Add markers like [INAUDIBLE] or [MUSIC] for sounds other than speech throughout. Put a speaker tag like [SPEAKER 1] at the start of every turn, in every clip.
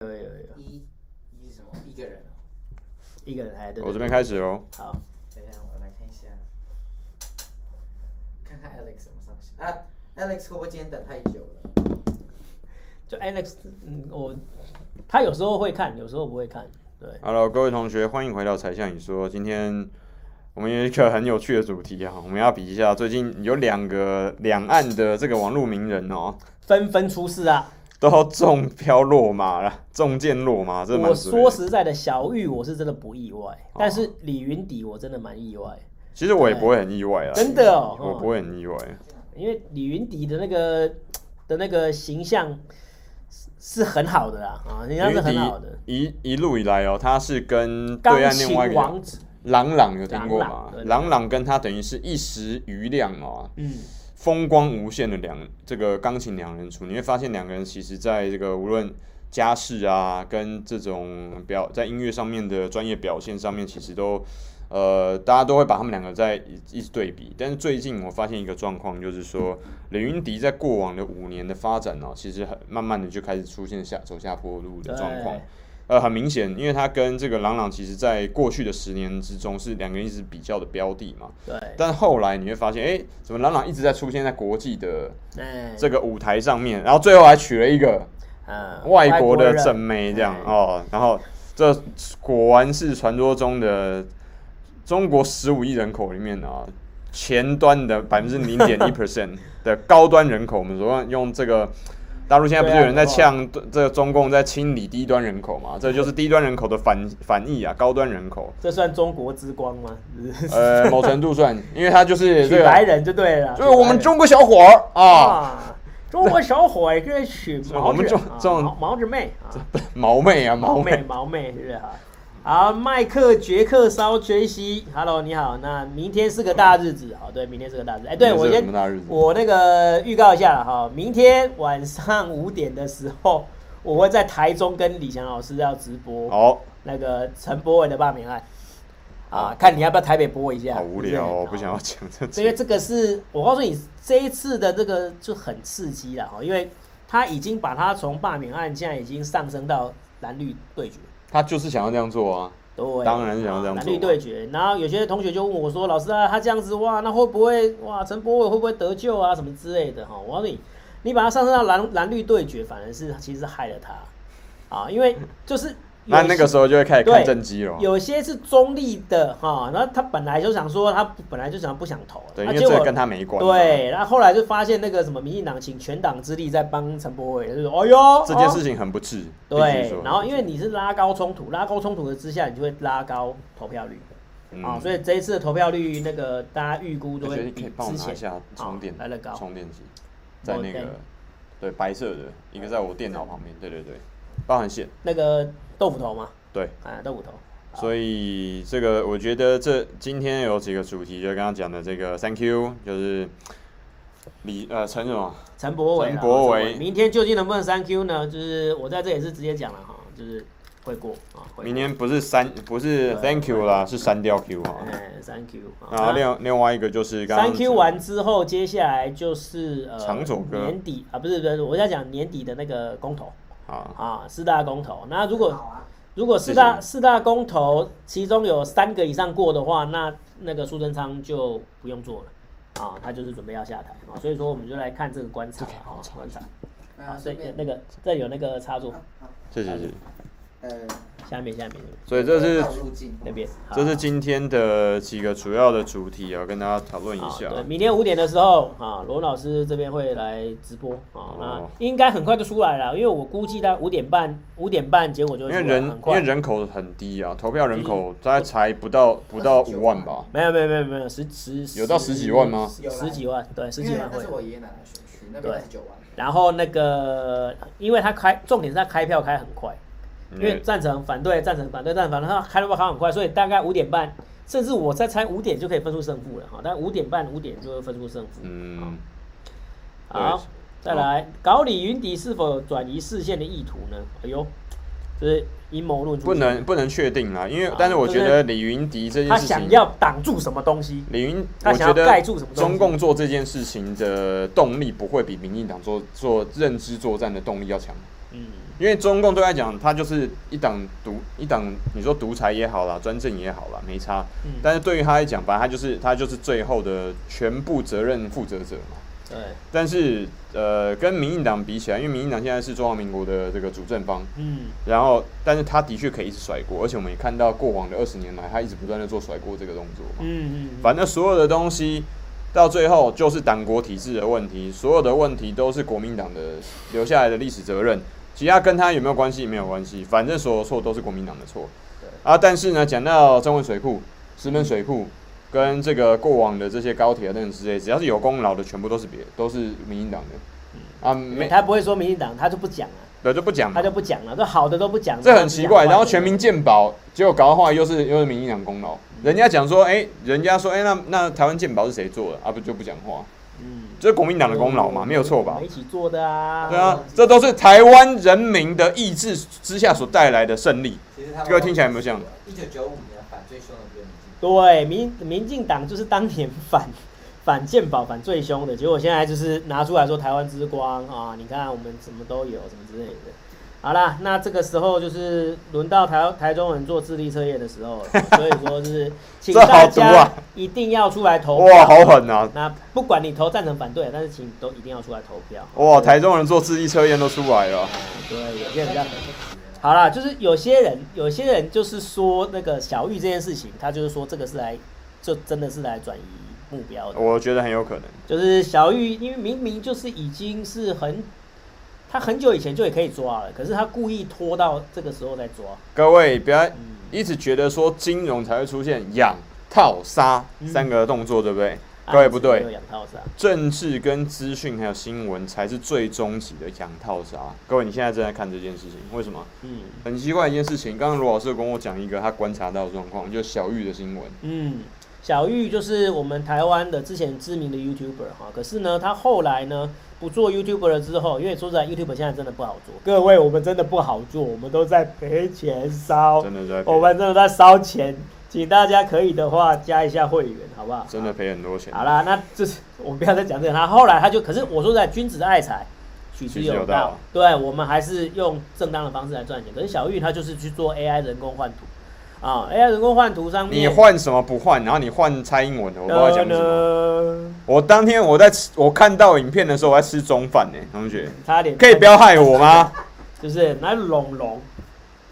[SPEAKER 1] 啊
[SPEAKER 2] 一个人来，对不对
[SPEAKER 3] 我这边开始哦喽。
[SPEAKER 2] 好，
[SPEAKER 1] 等一下，我来看一下，看看 Alex 怎么上线啊？Alex 会不会今天等太久了？
[SPEAKER 2] 就 Alex，嗯，我他有时候会看，有时候不会看，对，
[SPEAKER 3] Hello，各位同学，欢迎回到才向你说。今天我们有一个很有趣的主题啊，我们要比一下最近有两个两岸的这个网络名人哦， [LAUGHS]
[SPEAKER 2] 纷纷出事啊！
[SPEAKER 3] 都中标落马了，中箭落马，这蛮
[SPEAKER 2] 我
[SPEAKER 3] 值得
[SPEAKER 2] 说实在的，小玉我是真的不意外，但是李云迪我真的蛮意外，
[SPEAKER 3] 其实我也不会很意外啦，
[SPEAKER 2] 真的哦
[SPEAKER 3] 我不会很意外。
[SPEAKER 2] 因为李云迪的那个的那个形象是是很好的啦，啊，人家是很好的。
[SPEAKER 3] 一一路以来哦，他是跟对
[SPEAKER 2] 钢
[SPEAKER 3] 岸另
[SPEAKER 2] 琴
[SPEAKER 3] 外一个
[SPEAKER 2] 王子，
[SPEAKER 3] 朗朗有听过
[SPEAKER 2] 朗朗
[SPEAKER 3] 吗
[SPEAKER 2] 对？对
[SPEAKER 3] 朗朗跟他等于是一时余亮哦，
[SPEAKER 2] 嗯，
[SPEAKER 3] 风光无限的两这个钢琴两人组，你会发现两个人其实在这个无论家世啊，跟这种表在音乐上面的专业表现上面，其实都呃大家都会把他们两个在一一直对比。但是最近我发现一个状况，就是说李云迪在过往的五年的发展呢、其实很慢慢的就开始出现下走下坡路的状况
[SPEAKER 2] 对。
[SPEAKER 3] 呃，很明显，因为他跟这个朗朗其实在过去的十年之中是两个人一直比较的标的嘛。
[SPEAKER 2] 对，
[SPEAKER 3] 但后来你会发现，哎、怎么朗朗一直在出现在国际的
[SPEAKER 2] 哎，
[SPEAKER 3] 这个舞台上面，然后最后还娶了一个
[SPEAKER 2] 啊
[SPEAKER 3] 外国的正
[SPEAKER 2] 人
[SPEAKER 3] 妹，这样
[SPEAKER 2] 哎
[SPEAKER 3] 哦，然后这果然是传说中的中国十五亿人口里面啊，前端的百分之零点
[SPEAKER 2] [LAUGHS]
[SPEAKER 3] 一 percent 的高端人口，我们说用这个。大陆现在不是
[SPEAKER 2] 对啊
[SPEAKER 3] 有人在
[SPEAKER 2] 对啊
[SPEAKER 3] 呛这个中共在清理低端人口嘛？这就是低端人口的反反义啊，高端人口，
[SPEAKER 2] 这算中国之光吗？
[SPEAKER 3] 呃，某程度算，因为他就是这
[SPEAKER 2] 娶
[SPEAKER 3] 个
[SPEAKER 2] 白人就对了，
[SPEAKER 3] 就是我们中国小伙儿啊，
[SPEAKER 2] 啊，中国小伙儿跟娶
[SPEAKER 3] 我
[SPEAKER 2] 毛
[SPEAKER 3] 们
[SPEAKER 2] 子
[SPEAKER 3] 中
[SPEAKER 2] 啊
[SPEAKER 3] 中
[SPEAKER 2] 毛毛子妹 [LAUGHS] 啊，
[SPEAKER 3] 毛妹啊，毛
[SPEAKER 2] 毛
[SPEAKER 3] 妹
[SPEAKER 2] 妹，毛妹是不是哈？好，麦克杰克烧杰西，Hello，你好。那明天是个大日子，好，对，明天是个大日子。哎、对
[SPEAKER 3] 嗯明天是
[SPEAKER 2] 我
[SPEAKER 3] 个
[SPEAKER 2] 先
[SPEAKER 3] 什么大日子
[SPEAKER 2] 我那个预告一下了哈，明天晚上五点的时候， [LAUGHS] 我会在台中跟李翔老师要直播
[SPEAKER 3] 好，
[SPEAKER 2] 那个陈柏文的罢免案啊，看你要不要台北播一下。
[SPEAKER 3] 好无聊
[SPEAKER 2] 是
[SPEAKER 3] 哦，
[SPEAKER 2] 是
[SPEAKER 3] 不想要讲这
[SPEAKER 2] 因为
[SPEAKER 3] 些。
[SPEAKER 2] 这个是我告诉你，这一次的这个就很刺激了哈，因为他已经把他从罢免案现在已经上升到蓝绿对决，
[SPEAKER 3] 他就是想要这样做啊，
[SPEAKER 2] 对，啊
[SPEAKER 3] 当然想要这样做啊
[SPEAKER 2] 蓝绿对决。然后有些同学就问我说：“老师啊，他这样子哇，那会不会哇陈柏伟会不会得救啊什么之类的哈？”我告诉你，你把他上升到蓝蓝绿对决，反而是其实是害了他啊，因为就是有
[SPEAKER 3] 那那个时候就会开始看
[SPEAKER 2] 对
[SPEAKER 3] 正机了。
[SPEAKER 2] 有些是中立的哈，然后他本来就想说他本来就想不想投了，
[SPEAKER 3] 对，
[SPEAKER 2] 啊
[SPEAKER 3] 因为
[SPEAKER 2] 结
[SPEAKER 3] 这
[SPEAKER 2] 果
[SPEAKER 3] 个跟他没关。，
[SPEAKER 2] 对，然后后来就发现那个什么民进党请全党之力在帮陈柏伟，就说哎呦
[SPEAKER 3] 这件事
[SPEAKER 2] 哦
[SPEAKER 3] 情很不智。必须
[SPEAKER 2] 对
[SPEAKER 3] 说，
[SPEAKER 2] 然后因为你是拉高冲突，拉高冲突的之下，你就会拉高投票率
[SPEAKER 3] 嗯
[SPEAKER 2] 啊，所以这一次的投票率那个大家预估都
[SPEAKER 3] 我觉
[SPEAKER 2] 会
[SPEAKER 3] 得你可
[SPEAKER 2] 比
[SPEAKER 3] 以帮我
[SPEAKER 2] 之
[SPEAKER 3] 拿
[SPEAKER 2] 前
[SPEAKER 3] 一下充电
[SPEAKER 2] 啊来得高，
[SPEAKER 3] 充电器，在那
[SPEAKER 2] 我
[SPEAKER 3] 个
[SPEAKER 2] 在
[SPEAKER 3] 对白色的一个在我电脑旁边，对对对，包含线
[SPEAKER 2] 那个豆腐头嘛，
[SPEAKER 3] 对。
[SPEAKER 2] 啊豆腐头，
[SPEAKER 3] 所以这个我觉得这今天有几个主题，就刚刚讲的这个 Thank you，就是李呃陈什么
[SPEAKER 2] 陈柏伟啦，
[SPEAKER 3] 陈柏伟
[SPEAKER 2] 明天究竟能不能三 Q 呢？就是我在这也是直接讲了哈，就是会过啊，会过
[SPEAKER 3] 明天不是删，不是
[SPEAKER 2] 对
[SPEAKER 3] thank you 啦，是删掉 Q 啊。
[SPEAKER 2] 哎三 Q
[SPEAKER 3] 然后另另外一个就是刚刚
[SPEAKER 2] 三 Q 完之后，接下来就是呃
[SPEAKER 3] 长左哥
[SPEAKER 2] 年底啊，不是不是，我在讲年底的那个公投
[SPEAKER 3] 啊，
[SPEAKER 2] 啊，四大公投。那如果
[SPEAKER 1] 好啊，
[SPEAKER 2] 如果四大
[SPEAKER 3] 谢谢
[SPEAKER 2] 四大公投其中有三个以上过的话，那那个苏贞昌就不用做了啊，他就是准备要下台啊，所以说我们就来看这个观察啊，观察啊，
[SPEAKER 1] 那
[SPEAKER 2] 所
[SPEAKER 1] 顺
[SPEAKER 2] 以
[SPEAKER 1] 便
[SPEAKER 2] 那个这有那个插座
[SPEAKER 1] 好，啊好
[SPEAKER 3] 谢谢谢谢。
[SPEAKER 1] 呃，
[SPEAKER 2] 下面下面
[SPEAKER 3] 所以这是
[SPEAKER 1] 绕路径
[SPEAKER 2] 那边，啊好
[SPEAKER 3] 这是今天的几个主要的主题要跟大家讨论一
[SPEAKER 2] 啊，
[SPEAKER 3] 下。
[SPEAKER 2] 对，明天五点的时候啊，罗老师这边会来直播啊，
[SPEAKER 3] 哦
[SPEAKER 2] 那应该很快就出来了，因为我估计在五点半，五点半结果就
[SPEAKER 3] 因
[SPEAKER 2] 会
[SPEAKER 3] 为
[SPEAKER 2] 出来
[SPEAKER 3] 人
[SPEAKER 2] 很
[SPEAKER 3] 因为
[SPEAKER 2] 快。嗯
[SPEAKER 3] 人口很低啊，投票人口大概才不到不到五万吧。
[SPEAKER 2] 没有没有没有没有十十
[SPEAKER 3] 有到十几万吗
[SPEAKER 2] 十
[SPEAKER 1] 有啦
[SPEAKER 2] 十几万，对，十
[SPEAKER 1] 因
[SPEAKER 2] 几
[SPEAKER 1] 为
[SPEAKER 2] 万
[SPEAKER 1] 那
[SPEAKER 2] 会
[SPEAKER 1] 是。我爷爷奶奶选区，那边
[SPEAKER 2] 对
[SPEAKER 1] 二十九万。
[SPEAKER 2] 然后那个，因为他开，重点是他开票开很快，
[SPEAKER 3] 嗯
[SPEAKER 2] 因为赞成、反对、赞成、反对、赞成，反正他开票开很快，所以大概五点半，甚至我在猜五点就可以分出胜负了哈，但五点半、五点就会分出胜负。啊
[SPEAKER 3] 嗯，
[SPEAKER 2] 好，
[SPEAKER 3] 对
[SPEAKER 2] 再来，搞李云迪是否有转移视线的意图呢？哎呦，这是阴谋论出
[SPEAKER 3] 不
[SPEAKER 2] 现，
[SPEAKER 3] 能不能确定啦，因为
[SPEAKER 2] 啊
[SPEAKER 3] 但是我觉
[SPEAKER 2] 就是
[SPEAKER 3] 得李云迪这件
[SPEAKER 2] 他
[SPEAKER 3] 事情
[SPEAKER 2] 想，要挡住什么东西？
[SPEAKER 3] 李云，
[SPEAKER 2] 他
[SPEAKER 3] 我
[SPEAKER 2] 想
[SPEAKER 3] 觉
[SPEAKER 2] 要
[SPEAKER 3] 得
[SPEAKER 2] 盖住什么东西
[SPEAKER 3] 中共做这件事情的动力不会比民进党做做认知作战的动力要强。
[SPEAKER 2] 嗯，
[SPEAKER 3] 因为中共对他讲，他就是一党独一党，你说独裁也好啦，专政也好啦，没差。
[SPEAKER 2] 嗯
[SPEAKER 3] 但是对于他来讲，反正他就是他就是最后的全部责任负责者嘛。
[SPEAKER 2] 对，
[SPEAKER 3] 但是呃，跟民进党比起来，因为民进党现在是中华民国的这个主政方，
[SPEAKER 2] 嗯，
[SPEAKER 3] 然后但是他的确可以一直甩锅，而且我们也看到过往的二十年来，他一直不断的做甩锅这个动作嘛。
[SPEAKER 2] 嗯嗯，
[SPEAKER 3] 反正所有的东西到最后就是党国体制的问题，所有的问题都是国民党的留下来的历史责任，其他跟他有没有关系没有关系，反正所有错都是国民党的错
[SPEAKER 2] 对。
[SPEAKER 3] 啊，但是呢，讲到中文水库、石门水库跟这个过往的这些高铁啊等等之类，只要是有功劳的，全部都是别都是民进党的。啊，没，
[SPEAKER 2] 嗯他不会说民进党，他就不讲了，
[SPEAKER 3] 对就不讲嘛
[SPEAKER 2] 他，就不讲了，都好的都不讲，
[SPEAKER 3] 这很奇怪。然后全民
[SPEAKER 2] 民
[SPEAKER 3] 健保，结果搞到后来又是又是民进党功劳。人家讲说，哎、人家说，哎、那那台湾健保是谁做的啊？不就不讲话。
[SPEAKER 2] 嗯，
[SPEAKER 3] 这是国民党的功劳哦嘛，没有错
[SPEAKER 2] 我
[SPEAKER 3] 吧
[SPEAKER 2] 们一？起做的啊，
[SPEAKER 3] 对啊，这都是台湾人民的意志之下所带来的胜利。
[SPEAKER 1] 其实他们
[SPEAKER 3] 各位听起来有没有像？
[SPEAKER 1] 一九九五年反最凶的不是
[SPEAKER 2] 对，
[SPEAKER 1] 民进党，
[SPEAKER 2] 民民进党就是当年反反健保反最凶的，结果现在就是拿出来说台湾之光啊，你看我们什么都有，什么之类的。好啦，那这个时候就是轮到台台中人做智力测验的时候了，所以说就是请
[SPEAKER 3] 这
[SPEAKER 2] 大
[SPEAKER 3] 好毒
[SPEAKER 2] 家
[SPEAKER 3] 啊
[SPEAKER 2] 一定要出来投票。
[SPEAKER 3] 哇，好狠啊！
[SPEAKER 2] 那不管你投赞成反对，但是请都一定要出来投票。
[SPEAKER 3] 哇，台中人做智力测验都出来了。
[SPEAKER 2] 对，有些人比较好啦，就是有些人，有些人就是说那个小玉这件事情，他就是说这个是来，就真的是来转移目标的。
[SPEAKER 3] 我觉得很有可能。
[SPEAKER 2] 就是小玉，因为明明就是已经是很，他很久以前就也可以抓了，可是他故意拖到这个时候再抓。
[SPEAKER 3] 各位不要
[SPEAKER 2] 嗯
[SPEAKER 3] 一直觉得说金融才会出现养、套、杀
[SPEAKER 2] 嗯
[SPEAKER 3] 三个动作，对不对？各位不
[SPEAKER 2] 案子没有
[SPEAKER 3] 对，
[SPEAKER 2] 养套杀，
[SPEAKER 3] 政治跟资讯还有新闻才是最终极的养套杀。各位，你现在正在看这件事情，为什么？
[SPEAKER 2] 嗯
[SPEAKER 3] 很奇怪一件事情，刚刚罗老师有跟我讲一个他观察到的状况，就是小玉的新闻。
[SPEAKER 2] 嗯，小玉就是我们台湾的之前知名的 YouTuber 哈，可是呢，他后来呢不做 YouTuber 了之后，因为说实在，YouTuber 现在真的不好做。各位，我们真的不好做，我们都在赔钱烧，
[SPEAKER 3] 真的在赔
[SPEAKER 2] 我们真的在烧钱，请大家可以的话加一下会员，好不好？
[SPEAKER 3] 真的赔很多钱。
[SPEAKER 2] 好啦，那就是我们不要再讲这个。他后来他就，可是我说实在，君子爱财，取之
[SPEAKER 3] 取之有
[SPEAKER 2] 有
[SPEAKER 3] 道
[SPEAKER 2] 道。对，我们还是用正当的方式来赚钱。可是小玉他就是去做 AI 人工换图啊，AI 人工换图上面
[SPEAKER 3] 你换什么不换？然后你换蔡英文的，我不知道讲什么。
[SPEAKER 2] 么，
[SPEAKER 3] 我当天我在吃，我看到影片的时候我在吃中饭呢、同学，
[SPEAKER 2] 差点
[SPEAKER 3] 可以不要害我吗？
[SPEAKER 2] 就是那龙龙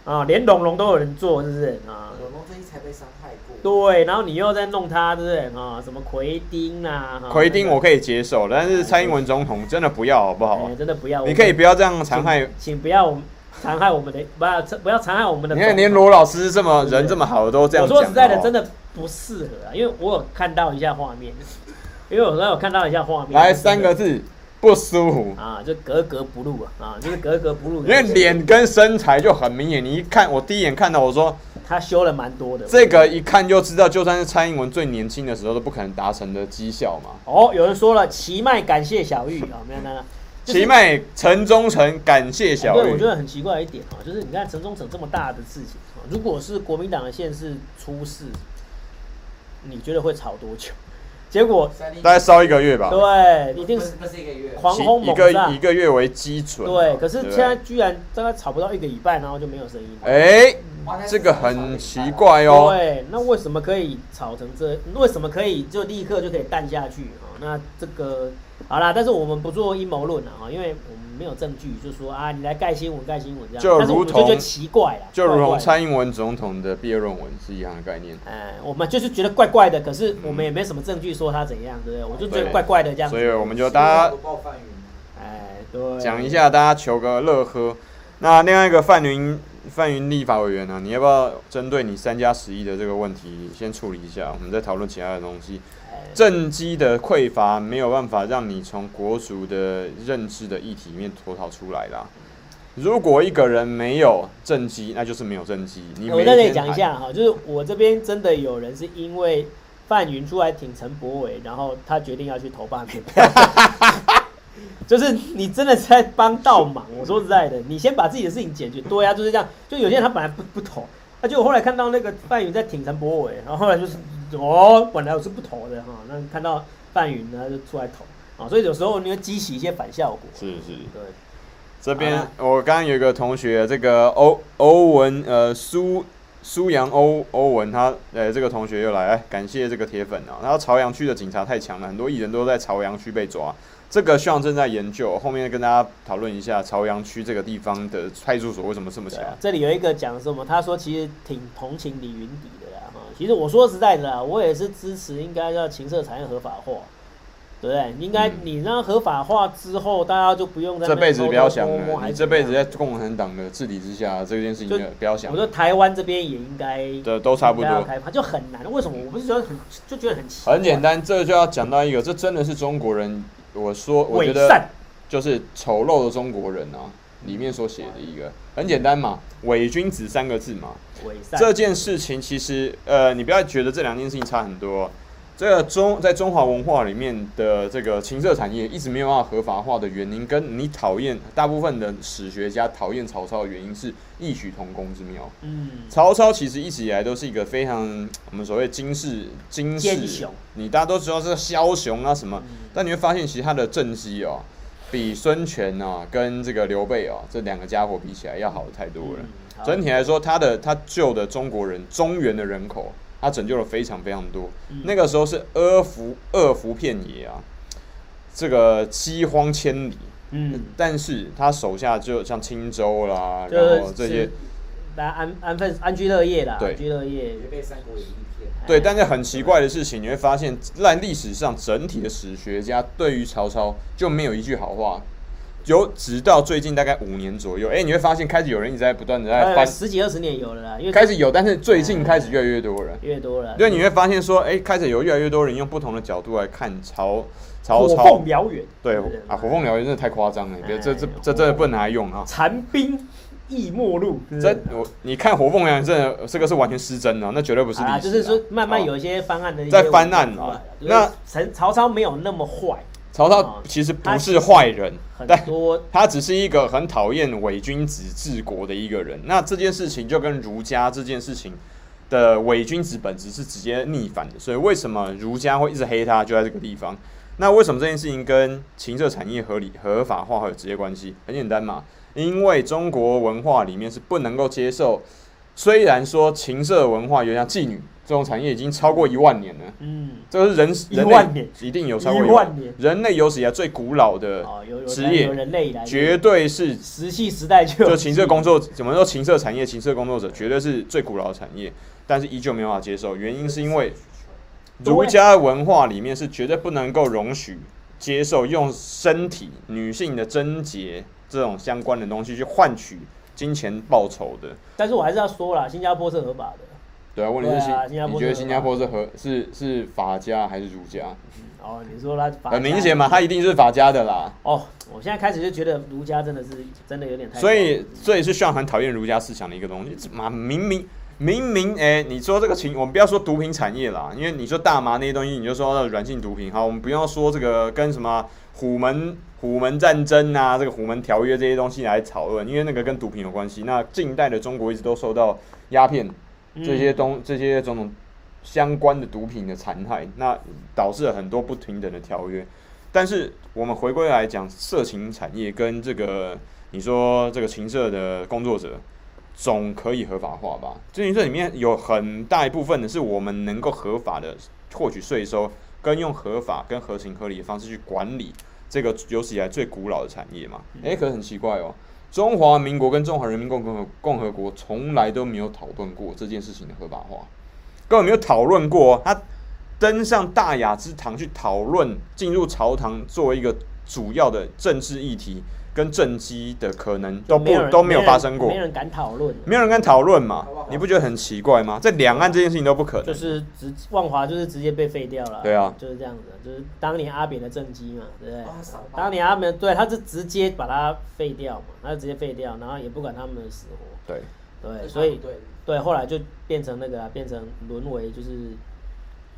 [SPEAKER 2] 啊，连龙龙都有人做，是不是啊？
[SPEAKER 1] 龙龙最近才被伤害过。
[SPEAKER 2] 对，然后你又在弄他，对不对啊？什么奎丁啊，哈
[SPEAKER 3] 奎丁
[SPEAKER 2] 那个
[SPEAKER 3] 我可以接受，但是蔡英文总统真的不要好不好
[SPEAKER 2] 哎？真的不要，
[SPEAKER 3] 你可以不
[SPEAKER 2] 要
[SPEAKER 3] 要这样残害。
[SPEAKER 2] 请不要我们残害我们的，不要不要残害我们的
[SPEAKER 3] 你
[SPEAKER 2] 总统。
[SPEAKER 3] 看，连罗老师这么人这么好都这样
[SPEAKER 2] 我
[SPEAKER 3] 讲，哦
[SPEAKER 2] 说实在的，
[SPEAKER 3] 好不好
[SPEAKER 2] 真的不适合啊，因为我有看到一下画面， [LAUGHS] 因为我刚有看到一下画面，
[SPEAKER 3] 来
[SPEAKER 2] 就是
[SPEAKER 3] 三个字不舒服，
[SPEAKER 2] 啊，就格格不入啊，啊，就是格格不入的
[SPEAKER 3] 因为
[SPEAKER 2] 感觉。
[SPEAKER 3] 脸跟身材就很明显。你一看，我第一眼看到我说
[SPEAKER 2] 他修了蛮多的。
[SPEAKER 3] 这个一看就知道，就算是蔡英文最年轻的时候都不可能达成的绩效嘛。
[SPEAKER 2] 哦，有人说了，奇迈感谢小
[SPEAKER 3] [LAUGHS]
[SPEAKER 2] 玉啊，没有没有，就是
[SPEAKER 3] 奇迈陈忠诚感谢
[SPEAKER 2] 哎
[SPEAKER 3] 小
[SPEAKER 2] 对，
[SPEAKER 3] 玉
[SPEAKER 2] 我觉，得很奇怪一点啊，就是你看陈忠诚这么大的事情啊，如果是国民党的县市出事，你觉得会吵多久？结
[SPEAKER 3] [LAUGHS]
[SPEAKER 2] 果
[SPEAKER 1] 三零
[SPEAKER 3] 大概烧一个月吧，
[SPEAKER 2] 对，一定
[SPEAKER 1] 不
[SPEAKER 3] [LAUGHS]
[SPEAKER 2] 是
[SPEAKER 1] 不是一个月，
[SPEAKER 2] 狂
[SPEAKER 3] 其
[SPEAKER 2] 轰
[SPEAKER 3] 一
[SPEAKER 2] 猛
[SPEAKER 3] 个一
[SPEAKER 2] 炸。
[SPEAKER 3] 个月为基准嘛。
[SPEAKER 2] 对，可是
[SPEAKER 3] 对不
[SPEAKER 2] 现在
[SPEAKER 3] 对
[SPEAKER 2] 居然大概吵不到一个礼拜，然后就没有声音了。
[SPEAKER 3] 哎，
[SPEAKER 1] 哇那是
[SPEAKER 3] 这个很奇怪哦。
[SPEAKER 2] 对，那为什么可以炒成这？为什么可以就立刻就可以淡下去啊、那这个好啦，但是我们不做阴谋论了啊，因为我们没有证据，就说啊，你来盖新闻，盖新闻这样，
[SPEAKER 3] 就
[SPEAKER 2] 但是我
[SPEAKER 3] 如
[SPEAKER 2] 们就觉
[SPEAKER 3] 同
[SPEAKER 2] 得奇怪啦，
[SPEAKER 3] 就如
[SPEAKER 2] 怪怪
[SPEAKER 3] 同
[SPEAKER 2] 的
[SPEAKER 3] 蔡英文总统的毕业论文是一样的概念，
[SPEAKER 2] 哎、我们就是觉得怪怪的，可是我们也没什么证据说他怎样，对不对？我就觉得怪怪的这样子
[SPEAKER 3] 所以我们就大家
[SPEAKER 1] 暴范云，
[SPEAKER 2] 哎，对，
[SPEAKER 3] 讲一下，大家求个乐呵。那另外一个范云范云立法委员呢、啊你要不要针对你三加十一的这个问题先处理一下？我们再讨论其他的东西。
[SPEAKER 2] 哎
[SPEAKER 3] 政绩的匮乏没有办法让你从国足的认知的议题里面脱逃出来啦。如果一个人没有政绩，那就是没有政绩。你
[SPEAKER 2] 我
[SPEAKER 3] 每
[SPEAKER 2] 在这里
[SPEAKER 3] 天
[SPEAKER 2] 讲一
[SPEAKER 3] 喊，
[SPEAKER 2] 下哈，就是我这边真的有人是因为范云出来挺陈柏伟，然后他决定要去投罢免 [LAUGHS] 票，就是你真的是在帮倒忙。我说实在的，你先把自己的事情解决，对啊，就是这样。就有些人他本来不不投，而且我后来看到那个范云在挺陈柏伟，然后后来就是哦，本来我是不投的哈，那看到范云呢就出来投啊，所以有时候你会激起一些反效果。
[SPEAKER 3] 是是，
[SPEAKER 2] 对，
[SPEAKER 3] 这边
[SPEAKER 2] 好
[SPEAKER 3] 我刚刚有一个同学，这个欧欧文呃苏苏阳欧欧文他呃这个同学又来，哎感谢这个铁粉啊。然后朝阳区的警察太强了，很多艺人都在朝阳区被抓。这个希望正在研究，后面跟大家讨论一下朝阳区这个地方的派出所为什么这么
[SPEAKER 2] 对
[SPEAKER 3] 强。
[SPEAKER 2] 啊，这里有一个讲什么？他说其实挺同情李云迪的啦。哈，其实我说实在的啦，我也是支持应该要情色产业合法化，对不对？应该
[SPEAKER 3] 嗯
[SPEAKER 2] 你让它合法化之后，大家就不用在
[SPEAKER 3] 这
[SPEAKER 2] 那边
[SPEAKER 3] 辈子不要想
[SPEAKER 2] 偷偷摸摸
[SPEAKER 3] 了，
[SPEAKER 2] 还
[SPEAKER 3] 你
[SPEAKER 2] 是
[SPEAKER 3] 这辈子
[SPEAKER 2] 怎么
[SPEAKER 3] 在
[SPEAKER 2] 样
[SPEAKER 3] 共产党的治理之下，这件事情
[SPEAKER 2] 就
[SPEAKER 3] 不要想
[SPEAKER 2] 我说
[SPEAKER 3] 了。
[SPEAKER 2] 台湾这边也应该
[SPEAKER 3] 对，都差不
[SPEAKER 2] 应该要
[SPEAKER 3] 多。
[SPEAKER 2] 开放，就很难。为什么？我不是觉得很就觉得很奇怪，
[SPEAKER 3] 很简单，这就要讲到一个，这真的是中国人。我说，我觉
[SPEAKER 2] 伪
[SPEAKER 3] 得
[SPEAKER 2] 善。
[SPEAKER 3] 就是丑陋的中国人啊，里面所写的一个很简单嘛，伪君子三个字嘛。
[SPEAKER 2] 伪善，
[SPEAKER 3] 这件事情其实，呃，你不要觉得这两件事情差很多哦。这个中在中华文化里面的这个情色产业一直没有办法合法化的原因，跟你讨厌大部分的史学家讨厌曹操的原因是异曲同工之妙。
[SPEAKER 2] 嗯，
[SPEAKER 3] 曹操其实一直以来都是一个非常我们所谓经世经
[SPEAKER 2] 奸
[SPEAKER 3] 世
[SPEAKER 2] 雄，
[SPEAKER 3] 你大家都知道是枭雄啊什么，
[SPEAKER 2] 嗯
[SPEAKER 3] 但你会发现其实他的政绩哦，比孙权啊跟这个刘备哦这两个家伙比起来要好得太多了。
[SPEAKER 2] 嗯好
[SPEAKER 3] 整体来说，他的他救的中国人中原的人口，他拯救了非常非常多。
[SPEAKER 2] 嗯
[SPEAKER 3] 那个时候是阿福阿福片野啊，这个饥荒千里，
[SPEAKER 2] 嗯，
[SPEAKER 3] 但是他手下就像青州啦，
[SPEAKER 2] 就
[SPEAKER 3] 然
[SPEAKER 2] 是
[SPEAKER 3] 后这些。
[SPEAKER 2] 大家安安分安居乐业啦，
[SPEAKER 3] 对
[SPEAKER 2] 安居乐业。
[SPEAKER 1] 也被《三国演义》骗了。
[SPEAKER 3] 对，但是很奇怪的事情，你会发现，在历史上整体的史学家对于曹操就没有一句好话，有直到最近大概五年左右，哎、你会发现开始有人一直在不断的在
[SPEAKER 2] 呃，
[SPEAKER 3] 翻，
[SPEAKER 2] 十几二十年有了啦，因为
[SPEAKER 3] 哎开始有，但是最近开始越来越多人，
[SPEAKER 2] 越多了，
[SPEAKER 3] 对，你会发现说，哎、开始有越来越多人用不同的角度来看曹曹
[SPEAKER 2] 火
[SPEAKER 3] 操
[SPEAKER 2] 凤，燎原，
[SPEAKER 3] 对
[SPEAKER 2] 不
[SPEAKER 3] 啊，火凤燎原真的太夸张了，别这这
[SPEAKER 2] 哎
[SPEAKER 3] 这真的不能拿来用啊。
[SPEAKER 2] 残兵亦末路，
[SPEAKER 3] 这我你看火凤燎原真的这个是完全失真的、啊，那绝对不是历史、
[SPEAKER 2] 啊，就是说慢慢
[SPEAKER 3] 哦
[SPEAKER 2] 有一些翻案的一些
[SPEAKER 3] 在翻案
[SPEAKER 2] 文章出来
[SPEAKER 3] 嘛
[SPEAKER 2] 了
[SPEAKER 3] 那
[SPEAKER 2] 就是陈曹操没有那么坏，
[SPEAKER 3] 曹
[SPEAKER 2] 哦
[SPEAKER 3] 操其实不是坏人，
[SPEAKER 2] 很
[SPEAKER 3] 但
[SPEAKER 2] 多
[SPEAKER 3] 他只是一个很讨厌伪君子治国的一个人。那这件事情就跟儒家这件事情的伪君子本质是直接逆反的，所以为什么儒家会一直黑他，就在这个地方。那为什么这件事情跟情色产业合理合法化会有直接关系？很简单嘛，因为中国文化里面是不能够接受，虽然说情色文化，就像妓女这种产业已经超过一万年了，
[SPEAKER 2] 嗯，
[SPEAKER 3] 这个是人
[SPEAKER 2] 一
[SPEAKER 3] 人类
[SPEAKER 2] 万年
[SPEAKER 3] 一定有超过
[SPEAKER 2] 一
[SPEAKER 3] 一
[SPEAKER 2] 万年
[SPEAKER 3] 人类有史以来最古老的
[SPEAKER 2] 哦，有有
[SPEAKER 3] 职业
[SPEAKER 2] 有人类以来
[SPEAKER 3] 绝对是
[SPEAKER 2] 石器时代就有
[SPEAKER 3] 就情色工作，怎么说情色产业、情色工作者绝对是最古老的产业，但是依旧没有办法接受，原因是因为儒家文化里面是绝对不能够容许接受用身体、女性的贞洁这种相关的东西去换取金钱报酬的。
[SPEAKER 2] [LAUGHS] 但是我还是要说啦，新加坡是合法的，
[SPEAKER 3] 对啊，问题是
[SPEAKER 2] 对啊新加坡
[SPEAKER 3] 你觉得
[SPEAKER 2] 是
[SPEAKER 3] 新加坡是和是是法家还是儒家？
[SPEAKER 2] 嗯哦，你说他法
[SPEAKER 3] 很明显嘛，他一定是法家的啦。
[SPEAKER 2] 哦，我现在开始就觉得儒家真的是真的有点太，
[SPEAKER 3] 所以这也是炫很讨厌儒家思想的一个东西。这妈明明明明哎、你说这个情，我们不要说毒品产业啦，因为你说大麻那些东西，你就说那软性毒品。好，我们不要说这个跟什么虎门虎门战争啊，这个虎门条约这些东西来讨论，因为那个跟毒品有关系。那近代的中国一直都受到鸦片
[SPEAKER 2] 嗯
[SPEAKER 3] 这些东这些种种相关的毒品的残害，那导致了很多不平等的条约。但是我们回归来讲，色情产业跟这个你说这个情色的工作者，总可以合法化吧？至于这里面有很大一部分的是我们能够合法的获取税收，跟用合法跟合情合理的方式去管理这个有史以来最古老的产业嘛。诶、可是很奇怪哦，中华民国跟中华人民共和共和国从来都没有讨论过这件事情的合法化，根本没有讨论过、哦。他登上大雅之堂去讨论，进入朝堂作为一个主要的政治议题跟政绩的可能都不
[SPEAKER 2] 没人
[SPEAKER 3] 都没有发生过
[SPEAKER 2] 没。人敢讨论，
[SPEAKER 3] 没有人敢讨论嘛
[SPEAKER 1] 好不好？
[SPEAKER 3] 你不觉得很奇怪吗？在两岸这件事情都不可能，
[SPEAKER 2] 就是直万华就是直接被废掉了，
[SPEAKER 3] 对啊
[SPEAKER 2] 就是这样子，就是当年阿扁的政绩嘛，对不对？
[SPEAKER 1] 哦他扫
[SPEAKER 2] 当年阿扁对他是直接把它废掉嘛，他直接废掉，然后也不管他们的死活，
[SPEAKER 3] 对，
[SPEAKER 2] 对，所以
[SPEAKER 1] 对，
[SPEAKER 2] 对后来就变成那个啊、变成沦为就是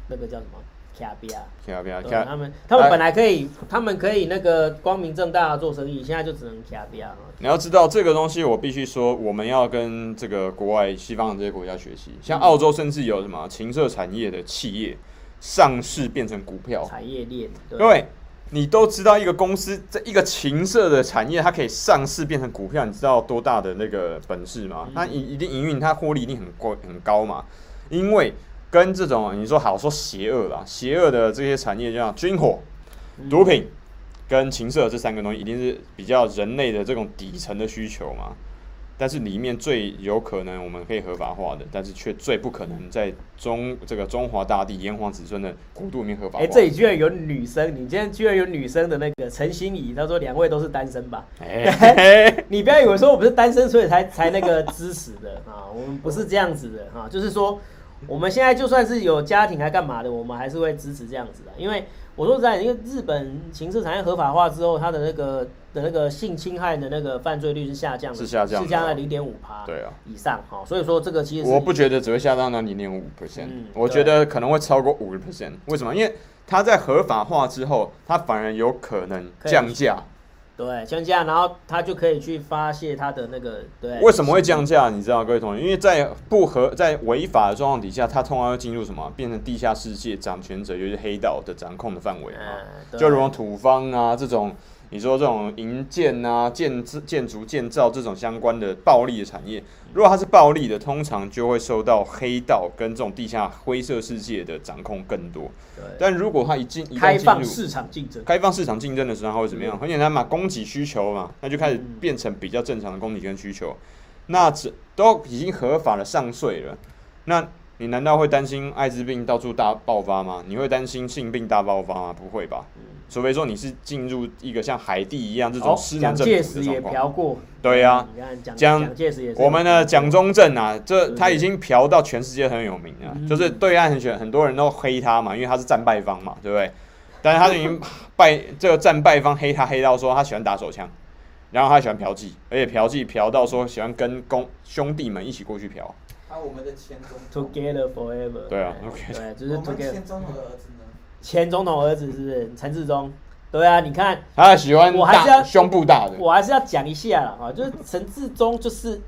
[SPEAKER 2] 那个叫什么卡比亚。
[SPEAKER 3] 听到没有？
[SPEAKER 2] 对啊
[SPEAKER 3] 听到
[SPEAKER 2] 他们他们
[SPEAKER 3] 哎
[SPEAKER 2] 本来可以，他们可以那个光明正大地做生意，现在就只能卡比亚了。
[SPEAKER 3] 你要知道这个东西，我必须说，我们要跟这个国外西方的这些国家学习，像澳洲甚至有什么情色产业的企业上市变成股票，
[SPEAKER 2] 哦产业链，对
[SPEAKER 3] 各位，你都知道一个公司这一个情色的产业，它可以上市变成股票，你知道多大的那个本事吗？
[SPEAKER 2] 嗯
[SPEAKER 3] 它一一定营运，它获利一定很高很高嘛，因为跟这种你说好说邪恶啦，邪恶的这些产业，就像军火、
[SPEAKER 2] 嗯
[SPEAKER 3] 毒品跟情色这三个东西，一定是比较人类的这种底层的需求嘛。但是里面最有可能我们可以合法化的，但是却最不可能在中这个中华大地炎黄子孙的国度里面合法
[SPEAKER 2] 哎、
[SPEAKER 3] 化。
[SPEAKER 2] 这里居然有女生，你今天居然有女生的那个陈心怡，她说两位都是单身吧？
[SPEAKER 3] 哎嘿嘿
[SPEAKER 2] 你不要以为说我们是单身，所以才才那个支持
[SPEAKER 3] [LAUGHS]
[SPEAKER 2] 的啊，我们不是这样子的啊，就是说我们现在就算是有家庭还干嘛的，我们还是会支持这样子的，因为我说实在，因为日本刑事产业合法化之后，它的那个的那个性侵害的那个犯罪率是下降的，
[SPEAKER 3] 是下降的啊
[SPEAKER 2] 是下降零点五趴，
[SPEAKER 3] 对啊，
[SPEAKER 2] 以上哈、所以说这个其实是
[SPEAKER 3] 我不觉得只会下降到零点五 percent，
[SPEAKER 2] 嗯
[SPEAKER 3] 我觉得可能会超过五十 percent。为什么？因为它在合法化之后，它反而有可能
[SPEAKER 2] 可以
[SPEAKER 3] 降价。
[SPEAKER 2] 对像这样，然后他就可以去发泄他的那个对，
[SPEAKER 3] 为什么会降价？你知道，各位同学，因为在不合、在违法的状况底下，它通常会进入什么？变成地下世界掌权者，就是黑道的掌控的范围嘛。
[SPEAKER 2] 嗯，
[SPEAKER 3] 就如
[SPEAKER 2] 容。
[SPEAKER 3] 同土方啊这种，你说这种营建啊、建制建筑建造这种相关的暴利的产业，如果它是暴利的，通常就会受到黑道跟这种地下灰色世界的掌控更多。
[SPEAKER 2] 对，
[SPEAKER 3] 但如果它一进一旦
[SPEAKER 2] 开
[SPEAKER 3] 进
[SPEAKER 2] 放
[SPEAKER 3] 入
[SPEAKER 2] 市场竞争。
[SPEAKER 3] 开放市场竞争嗯的时候，它会怎么样？很简单嘛，供给需求嘛，那就开始
[SPEAKER 2] 嗯
[SPEAKER 3] 变成比较正常的供给跟需求。那这都已经合法的上税了，那你难道会担心艾滋病到处大爆发吗？你会担心性病大爆发吗？不会吧，除非说你是进入一个像海地一样这种
[SPEAKER 2] 哦
[SPEAKER 3] 失能
[SPEAKER 2] 蒋
[SPEAKER 3] 政
[SPEAKER 2] 介
[SPEAKER 3] 府
[SPEAKER 2] 石
[SPEAKER 3] 的
[SPEAKER 2] 也
[SPEAKER 3] 状
[SPEAKER 2] 嫖
[SPEAKER 3] 况。
[SPEAKER 2] 过，
[SPEAKER 3] 对啊
[SPEAKER 2] 嗯，你看蒋
[SPEAKER 3] 蒋
[SPEAKER 2] 蒋介石也是，
[SPEAKER 3] 我们的蒋中正啊，这
[SPEAKER 2] 对
[SPEAKER 3] 他已经嫖到全世界很有名啊，
[SPEAKER 2] 嗯
[SPEAKER 3] 就是对岸很选很多人都黑他嘛，因为他是战败方嘛，对不对？但是他已经败这个战败方黑他黑到说他喜欢打手枪，然后他喜欢嫖妓，而且嫖妓嫖到说喜欢跟公兄弟们一起过去嫖。
[SPEAKER 1] 啊，我们的前总统，
[SPEAKER 2] Together Forever，哎
[SPEAKER 3] 对啊，OK
[SPEAKER 2] 对，就是
[SPEAKER 1] 我们
[SPEAKER 2] Together
[SPEAKER 1] 前总统的儿子呢？
[SPEAKER 2] 前总统儿子是不是陈志忠？对啊，你看
[SPEAKER 3] 他喜欢
[SPEAKER 2] 我还是要
[SPEAKER 3] 大胸部大的，
[SPEAKER 2] 我还是要讲一下啦，哈，就是陈志忠就是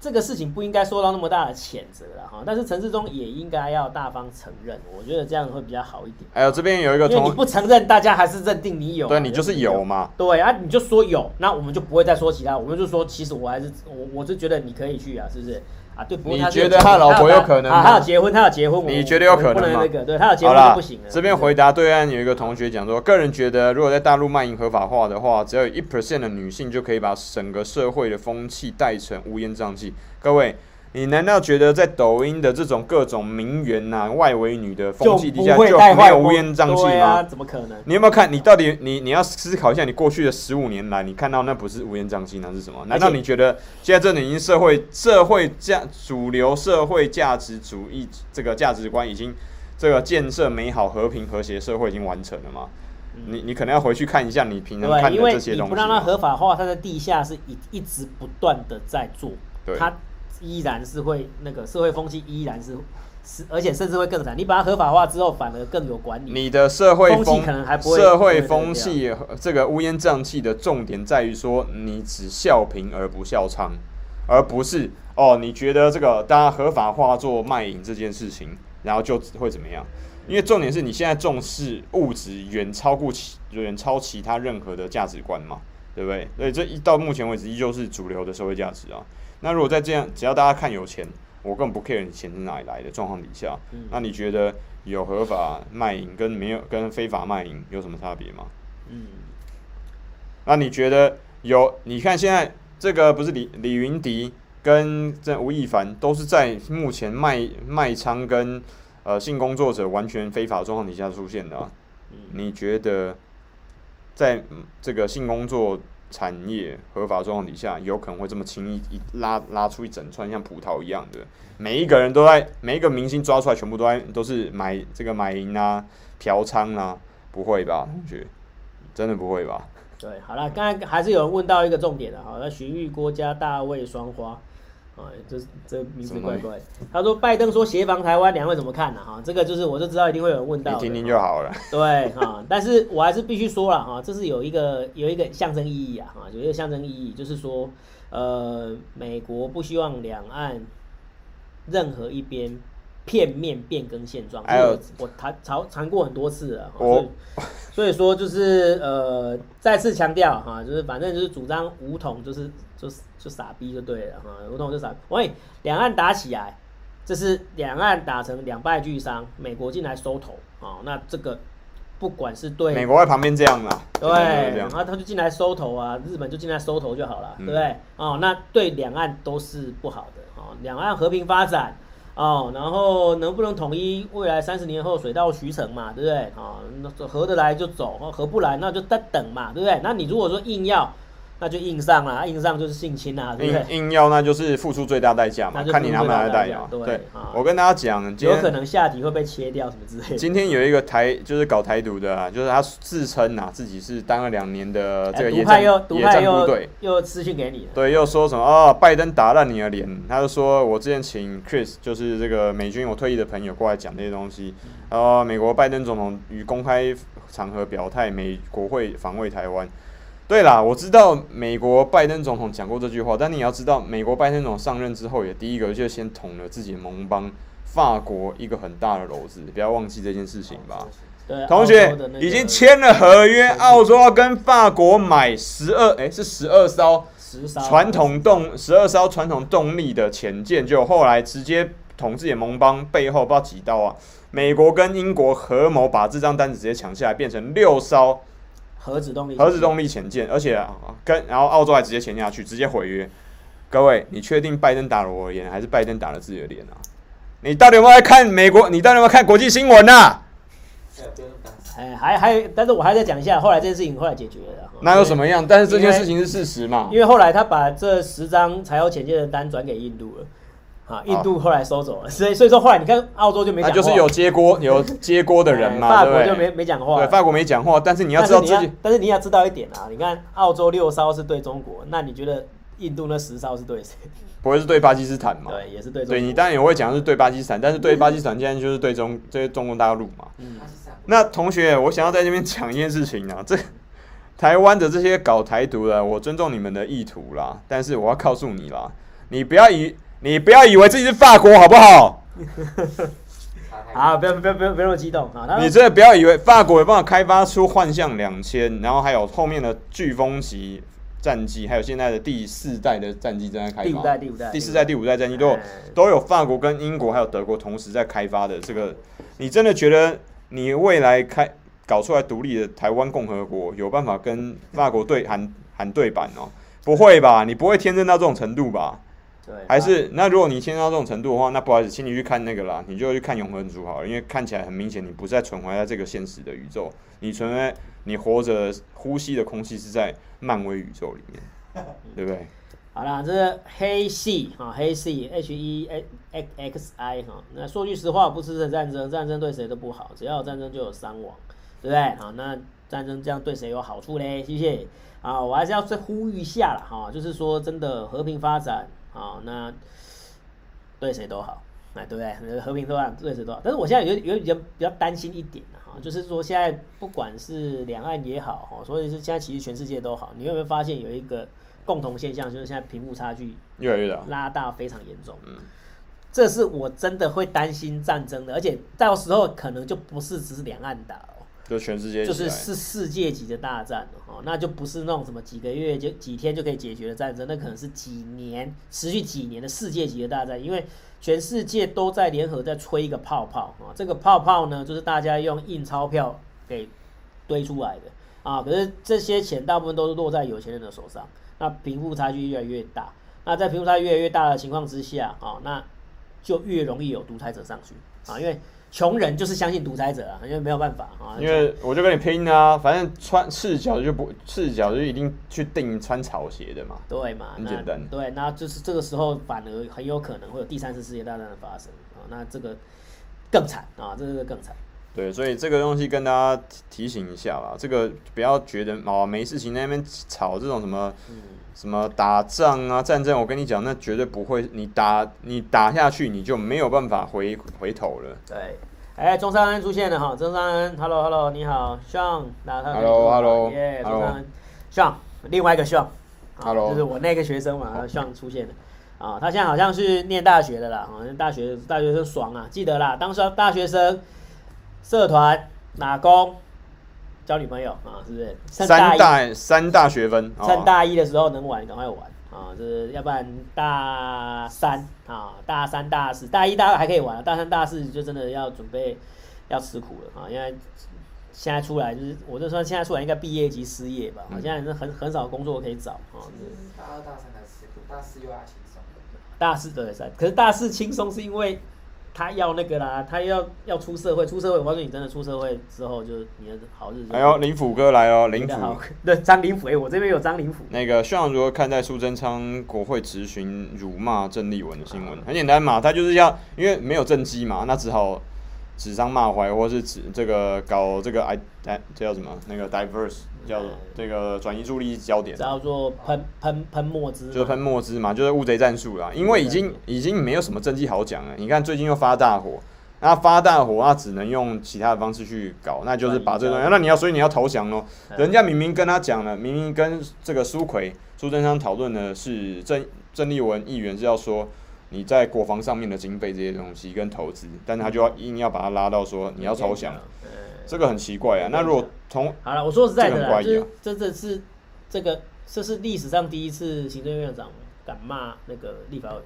[SPEAKER 2] 这个事情不应该受到那么大的谴责了哈，但是陈志忠也应该要大方承认，我觉得这样会比较好一点，
[SPEAKER 3] 还有哎这边有一个
[SPEAKER 2] 因为你
[SPEAKER 3] 同，
[SPEAKER 2] 不承认，大家还是认定你有啊，
[SPEAKER 3] 对你就是有嘛，
[SPEAKER 2] 对啊，你就说有，那我们就不会再说其他，我们就说其实我还是我，我是觉得你可以去啊，是不是？啊，对，不过
[SPEAKER 3] 你
[SPEAKER 2] 他是
[SPEAKER 3] 觉得他老婆有可能
[SPEAKER 2] 啊
[SPEAKER 3] 吗
[SPEAKER 2] 他有结婚，他有结婚，我
[SPEAKER 3] 你觉得有可
[SPEAKER 2] 我不
[SPEAKER 3] 能
[SPEAKER 2] 能
[SPEAKER 3] 吗
[SPEAKER 2] 那个，对他有结
[SPEAKER 3] 好
[SPEAKER 2] 婚就
[SPEAKER 3] 啦
[SPEAKER 2] 不行了。，
[SPEAKER 3] 这边回答对岸有一个同学讲说，个人觉得，如果在大陆卖淫合法化的话，只要有一 percent 的女性就可以把整个社会的风气带成乌烟瘴气。各位，你难道觉得在抖音的这种各种名媛呐、外围女
[SPEAKER 2] 就
[SPEAKER 3] 的风气
[SPEAKER 2] 不
[SPEAKER 3] 底下
[SPEAKER 2] 会
[SPEAKER 3] 就
[SPEAKER 2] 带
[SPEAKER 3] 没
[SPEAKER 2] 坏
[SPEAKER 3] 有
[SPEAKER 2] 我
[SPEAKER 3] 乌烟瘴气
[SPEAKER 2] 对
[SPEAKER 3] 吗？
[SPEAKER 2] 啊，怎么可能？
[SPEAKER 3] 你有没有看？你到底你你要思考一下，你过去的十五年来，你看到那不是乌烟瘴气，那是什么？难道你觉得现在这里已经社会社会价主流社会价值主义这个价值观已经这个建设美好和平和谐社会已经完成了吗？你你可能要回去看一下你平常看
[SPEAKER 2] 对，
[SPEAKER 3] 的
[SPEAKER 2] 因为
[SPEAKER 3] 这些
[SPEAKER 2] 你
[SPEAKER 3] 东西
[SPEAKER 2] 不让它
[SPEAKER 3] 啊。
[SPEAKER 2] 合法化，它在地下是一一直不断的在做
[SPEAKER 3] 对，
[SPEAKER 2] 它依然是会那个社会风气依然是是，而且甚至会更惨。你把它合法化之后，反而更有管理。
[SPEAKER 3] 你的社会
[SPEAKER 2] 风气
[SPEAKER 3] 风
[SPEAKER 2] 可能还不会
[SPEAKER 3] 社
[SPEAKER 2] 对
[SPEAKER 3] 会
[SPEAKER 2] 对
[SPEAKER 3] 风
[SPEAKER 2] 对啊
[SPEAKER 3] 气和这个乌烟瘴气的重点在于说，你只笑贫而不笑娼，而不是哦，你觉得这个大家合法化做卖淫这件事情，然后就会怎么样？因为重点是你现在重视物质远超过其远超其他任何的价值观嘛，对不对？所以这一到目前为止依旧是主流的社会价值啊。那如果在这样，只要大家看有钱，我根本不 care 你钱是哪里来的状况底下，
[SPEAKER 2] 嗯
[SPEAKER 3] 那你觉得有合法卖淫跟没有跟非法卖淫有什么差别吗？
[SPEAKER 2] 嗯，
[SPEAKER 3] 那你觉得有？你看现在这个不是李李云迪跟这吴亦凡都是在目前卖卖娼跟呃性工作者完全非法的状况底下出现的、啊。你觉得在嗯这个性工作产业合法状况底下，有可能会这么轻易一拉拉出一整串像葡萄一样的？每一个人都在，每一个明星抓出来，全部都在都是买这个买淫啊、嫖娼啊，不会吧，同学？真的不会吧？
[SPEAKER 2] 对，好了，刚才还是有人问到一个重点的哈，那荀彧、郭嘉、大卫双花，啊，这这名字怪怪。他说拜登说协防台湾，两位怎么看呢、哈，这个就是我就知道一定会有人问
[SPEAKER 3] 你
[SPEAKER 2] 到的。
[SPEAKER 3] 听听就好了。
[SPEAKER 2] 对哈，但是我还是必须说了哈，这是有一个有一个象征意义啊哈，有一个象征意义，就是说，呃，美国不希望两岸任何一边片面变更现状。
[SPEAKER 3] 还有
[SPEAKER 2] 这个我谈谈谈过很多次了，哈
[SPEAKER 3] 我
[SPEAKER 2] 所以所以说就是呃，再次强调哈，就是反正就是主张武统就是就是就傻逼就对了哈，武统就傻逼。喂，两岸打起来，这是两岸打成两败俱伤，美国进来收头啊、哦那这个不管是对
[SPEAKER 3] 美国在旁边这样啦，
[SPEAKER 2] 对，
[SPEAKER 3] 真的就是
[SPEAKER 2] 然
[SPEAKER 3] 这样，
[SPEAKER 2] 后他就进来收头啊，日本就进来收头就好了，
[SPEAKER 3] 嗯
[SPEAKER 2] 对不对？哦，那对两岸都是不好的哦，两岸和平发展哦，然后能不能统一，未来三十年后水到渠成嘛，对不对？哦，那合得来就走，哦合不来那就再等嘛，对不对？那你如果说硬要，那就硬上啦，硬上就是性侵啊啦，对不
[SPEAKER 3] 硬
[SPEAKER 2] 对？
[SPEAKER 3] 硬要那就是付出最大代价嘛，
[SPEAKER 2] 那就
[SPEAKER 3] 看你拿不拿得代
[SPEAKER 2] 付
[SPEAKER 3] 价
[SPEAKER 2] 出。最大代价
[SPEAKER 3] 对
[SPEAKER 2] 对啊，
[SPEAKER 3] 我跟大家讲，今
[SPEAKER 2] 有可
[SPEAKER 3] 天
[SPEAKER 2] 能下体会被切掉什么之类的。
[SPEAKER 3] 今天有一个台就是搞台独的啊，就是他自称呐、啊、自己是当了两年的这个
[SPEAKER 2] 哎
[SPEAKER 3] 野
[SPEAKER 2] 独派
[SPEAKER 3] 战
[SPEAKER 2] 又独
[SPEAKER 3] 野
[SPEAKER 2] 派
[SPEAKER 3] 战部
[SPEAKER 2] 又
[SPEAKER 3] 队。
[SPEAKER 2] 又私讯给你了，
[SPEAKER 3] 对，又说什么哦，拜登打烂你的脸，他就说我之前请 Chris，就是这个美军我退役的朋友过来讲这些东西，然后美国拜登总统于公开场合表态，美国会防卫台湾。对啦，我知道美国拜登总统讲过这句话，但你也要知道，美国拜登总统上任之后，也第一个就先捅了自己盟邦法国一个很大的篓子，不要忘记这件事情吧。
[SPEAKER 2] 对，
[SPEAKER 3] 同
[SPEAKER 2] 澳
[SPEAKER 3] 学
[SPEAKER 2] 洲的那个
[SPEAKER 3] 已经签了合约，澳洲要跟法国买十二，哎，是十二艘
[SPEAKER 2] 十艘
[SPEAKER 3] 传统动十二艘传统动力的潜舰，就后来直接统治也盟邦背后不知道几刀啊！美国跟英国合谋把这张单子直接抢下来，变成六艘
[SPEAKER 2] 核子动力，
[SPEAKER 3] 核子动力潜舰，而且、啊、跟然后澳洲还直接潜下去，直接毁约。各位，你确定拜登打了我的脸，还是拜登打了自己的脸啊？你到底有没有在看美国？你到底有没有看国际新闻啊？
[SPEAKER 1] 哎，不用那么大声。
[SPEAKER 2] 哎，还还，但是我还在讲一下，后来这件事情后来解决了。哈
[SPEAKER 3] 那又什？么样？但是这
[SPEAKER 2] 因
[SPEAKER 3] 件
[SPEAKER 2] 为
[SPEAKER 3] 事情是事实嘛
[SPEAKER 2] 因？为后来他把这十张柴油潜舰的单转给印度了，啊，印度后来收走了，所以所以说后来你看澳洲就没
[SPEAKER 3] 那
[SPEAKER 2] 讲话，
[SPEAKER 3] 啊就是有接锅有接锅的
[SPEAKER 2] [LAUGHS]
[SPEAKER 3] 人
[SPEAKER 2] 哎
[SPEAKER 3] 嘛，
[SPEAKER 2] 法
[SPEAKER 3] 对不
[SPEAKER 2] 国
[SPEAKER 3] 对？
[SPEAKER 2] 就没没讲话
[SPEAKER 3] 对，
[SPEAKER 2] 了。
[SPEAKER 3] 法国没讲话，但是你要
[SPEAKER 2] 但是
[SPEAKER 3] 知道
[SPEAKER 2] 你
[SPEAKER 3] 自
[SPEAKER 2] 要
[SPEAKER 3] 己，
[SPEAKER 2] 但是你要知道一点啊，你看澳洲六艘是对中国，那你觉得印度那十艘是对谁？
[SPEAKER 3] 不会是对巴基斯坦嘛？
[SPEAKER 2] 对，也是对中国。
[SPEAKER 3] 哦对你当然也会讲是对巴基斯坦，但是对巴基斯坦现在就是对中对中国大陆嘛。
[SPEAKER 2] 嗯
[SPEAKER 1] 他是上
[SPEAKER 3] 那同学，我想要在这边讲一件事情啊，这台湾的这些搞台独的，我尊重你们的意图啦，但是我要告诉你啦，你不要以你不要以为自己是法国好不好？
[SPEAKER 1] 差太多
[SPEAKER 2] 啊，不要不要不要不要那么激动啊！那
[SPEAKER 3] 你真的不要以为法国有办法开发出幻象两千，然后还有后面的飓风级战机，还有现在的第四代的战机正在开发，
[SPEAKER 2] 第五代第五代
[SPEAKER 3] 第四代、第五代战机都有
[SPEAKER 2] 哎
[SPEAKER 3] 都有法国跟英国还有德国同时在开发的这个，你真的觉得你未来开搞出来独立的台湾共和国有办法跟法国对喊喊对板哦？不会吧？你不会天真到这种程度吧？
[SPEAKER 2] 对
[SPEAKER 3] 还是那如果你天真到这种程度的话，那不好意思，请你去看那个啦，你就去看《永恒族》好了，因为看起来很明显，你不是在存活在这个现实的宇宙，你存活在你活着呼吸的空气是在漫威宇宙里面，对不对？
[SPEAKER 2] 好啦，这个黑系哈，黑系 H E X X I 哈。那说句实话，我不支持战争，战争对谁都不好，只要有战争就有伤亡，对不对？好，那战争这样对谁有好处嘞？谢谢。啊，我还是要再呼吁一下啦哈，就是说真的和平发展啊，那对谁都好，哎，对不对？和平都好，对谁都好。但是我现在有有比较比较担心一点啊，哈就是说现在不管是两岸也好，哈，所以是现在其实全世界都好，你有没有发现有一个共同现象，就是现在贫富差距
[SPEAKER 3] 越来越大。
[SPEAKER 2] 拉大非常严重。
[SPEAKER 3] 嗯
[SPEAKER 2] 这是我真的会担心战争的，而且到时候可能就不是只是两岸打哦，
[SPEAKER 3] 就全世界一起
[SPEAKER 2] 就
[SPEAKER 3] 来
[SPEAKER 2] 是是世界级的大战了哦，那就不是那种什么几个月就几天就可以解决的战争，那可能是几年持续几年的世界级的大战，因为全世界都在联合在吹一个泡泡啊、哦，这个泡泡呢就是大家用印钞票给堆出来的啊，可是这些钱大部分都是落在有钱人的手上，那贫富差距越来越大，那在贫富差距越来越大的情况之下啊、那就越容易有独裁者上去啊，因为穷人就是相信独裁者啊，因为没有办法啊，
[SPEAKER 3] 因为我就跟你拼啊，反正穿赤脚就不赤脚就一定去定穿草鞋的嘛。
[SPEAKER 2] 对嘛，
[SPEAKER 3] 很
[SPEAKER 2] 那
[SPEAKER 3] 简单
[SPEAKER 2] 对，那就是这个时候反而很有可能会有第三次世界大战的发生啊、那这个更惨啊，这个更惨。
[SPEAKER 3] 对，所以这个东西跟大家提提醒一下啦，这个不要觉得哦没事情在那边吵这种什么
[SPEAKER 2] 嗯
[SPEAKER 3] 什么打仗啊战争，我跟你讲，那绝对不会，你打你打下去你就没有办法回回头了。
[SPEAKER 2] 对，哎，中山恩出现了哈，中山恩，Hello Hello，你好，Sean，打他
[SPEAKER 3] Hello，Hello，
[SPEAKER 2] 耶，中
[SPEAKER 3] Hello
[SPEAKER 2] 山恩，Sean，另外一个 Sean，啊
[SPEAKER 3] Hello
[SPEAKER 2] 啊就是我那个学生嘛，Sean 出现了。啊、他现在好像是念大学的啦，好像大学大学生爽啊，记得啦，当时大学生社团打工交女朋友啊，是不是？趁
[SPEAKER 3] 三
[SPEAKER 2] 大
[SPEAKER 3] 大三大学分，
[SPEAKER 2] 一趁
[SPEAKER 3] 哦、
[SPEAKER 2] 大一的时候能玩，赶快玩啊！就是要不然大三啊，大三大四，大一大二还可以玩，啊大三大四就真的要准备要吃苦了啊！因为现在出来就是，我就说现在出来应该毕业及失业吧，好、啊现在是很很少工作可以找啊。
[SPEAKER 3] 嗯
[SPEAKER 2] 就是
[SPEAKER 1] 大二大三才吃苦，大四又要轻松。
[SPEAKER 2] 大四对三，可是大四轻松是因为他要那个啦，他要要出社会，出社会我告诉你，真的出社会之后就是你的好日子。
[SPEAKER 3] 哎呦，林甫哥来哦，林
[SPEAKER 2] 你的好
[SPEAKER 3] 甫。，
[SPEAKER 2] [LAUGHS] 对张林甫，哎、我这边有张林甫。
[SPEAKER 3] 那个校长如何看待苏贞昌国会质询辱骂郑丽文的新闻？很简单嘛，他就是要因为没有政绩嘛，那只好指桑骂槐，或是指这个搞这个哎哎这叫什么？那个 diverse 叫这个转移注意力焦点，
[SPEAKER 2] 叫做喷喷喷墨汁嘛，
[SPEAKER 3] 就是喷墨汁嘛，就是乌贼战术啦。因为已经已经没有什么政绩好讲了，你看最近又发大火。那发大火，那只能用其他的方式去搞，那就是把这个东西。那你要，所以你要投降喽。
[SPEAKER 2] 嗯
[SPEAKER 3] 人家明明跟他讲了，明明跟这个苏奎、苏贞昌讨论的是郑郑丽文议员是要说你在国防上面的经费这些东西跟投资，但他就要硬要把他拉到说你要投降，
[SPEAKER 2] 嗯
[SPEAKER 3] 这个很奇怪啊。那如果从
[SPEAKER 2] 好了，我说实在的
[SPEAKER 3] 这
[SPEAKER 2] 啦，
[SPEAKER 3] 个很怪
[SPEAKER 2] 就
[SPEAKER 3] 异
[SPEAKER 2] 是
[SPEAKER 3] 啊
[SPEAKER 2] 真的是这个，这是历史上第一次行政院长敢骂那个立法委员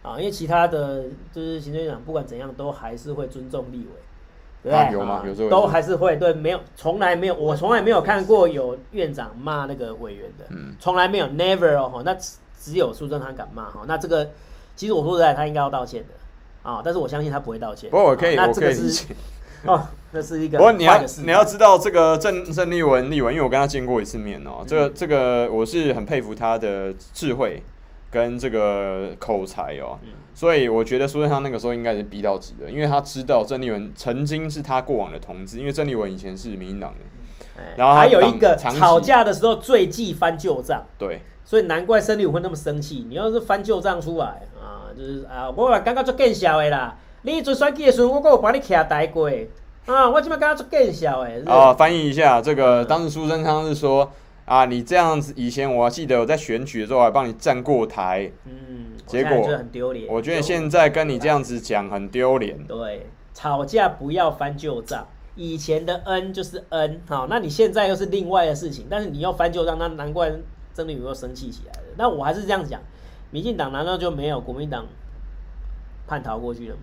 [SPEAKER 2] 啊，因为其他的就是行政院长不管怎样都还是会尊重立委，对不对？
[SPEAKER 3] 啊有吗
[SPEAKER 2] 啊
[SPEAKER 3] 有这回事
[SPEAKER 2] 都还是会对，没有从来没有，我从来没有看过有院长骂那个委员的，
[SPEAKER 3] 嗯
[SPEAKER 2] 从来没有，never 哦，吼那只只有苏贞昌敢骂哈，那这个其实我说实在，他应该要道歉的。啊、但是我相信他不会道歉。
[SPEAKER 3] 不过我可以
[SPEAKER 2] 啊那
[SPEAKER 3] 我
[SPEAKER 2] 这
[SPEAKER 3] 可
[SPEAKER 2] 个
[SPEAKER 3] 以理
[SPEAKER 2] 是
[SPEAKER 3] 解，
[SPEAKER 2] 哦，这是一个
[SPEAKER 3] 不过你
[SPEAKER 2] 坏
[SPEAKER 3] 要
[SPEAKER 2] 的事
[SPEAKER 3] 你要知道这个郑郑丽文丽文，因为我跟他见过一次面
[SPEAKER 2] 嗯
[SPEAKER 3] 哦、这个这个我是很佩服他的智慧跟这个口才哦、
[SPEAKER 2] 嗯
[SPEAKER 3] 所以我觉得苏贞昌那个时候应该是逼到极了，因为他知道郑丽文曾经是他过往的同志，因为郑丽文以前是民进党的，
[SPEAKER 2] 哎
[SPEAKER 3] 然后他
[SPEAKER 2] 还有
[SPEAKER 3] 挡
[SPEAKER 2] 一个
[SPEAKER 3] 长期
[SPEAKER 2] 吵架的时候最忌翻旧账，
[SPEAKER 3] 对，
[SPEAKER 2] 所以难怪生理会那么生气。你要是翻旧账出来啊，就是啊，我嘛感觉足见笑的啦。你迄阵选举的时候，我还有把你徛台过啊，我即摆感觉足见笑的。是不是
[SPEAKER 3] 啊、翻译一下，这个当时苏贞昌是说啊，你这样子，以前我记得我在选举的时候还帮你站过台，
[SPEAKER 2] 嗯，我
[SPEAKER 3] 结
[SPEAKER 2] 现在
[SPEAKER 3] 果
[SPEAKER 2] 觉得很丢脸。
[SPEAKER 3] 我觉得
[SPEAKER 2] 就
[SPEAKER 3] 现在跟你这样子讲很丢脸。
[SPEAKER 2] 对吵架不要翻旧账。以前的恩就是恩，好，那你现在又是另外的事情，但是你要翻旧账，那难怪真的有又生气起来了。那我还是这样讲，民进党难道就没有国民党叛逃过去了吗？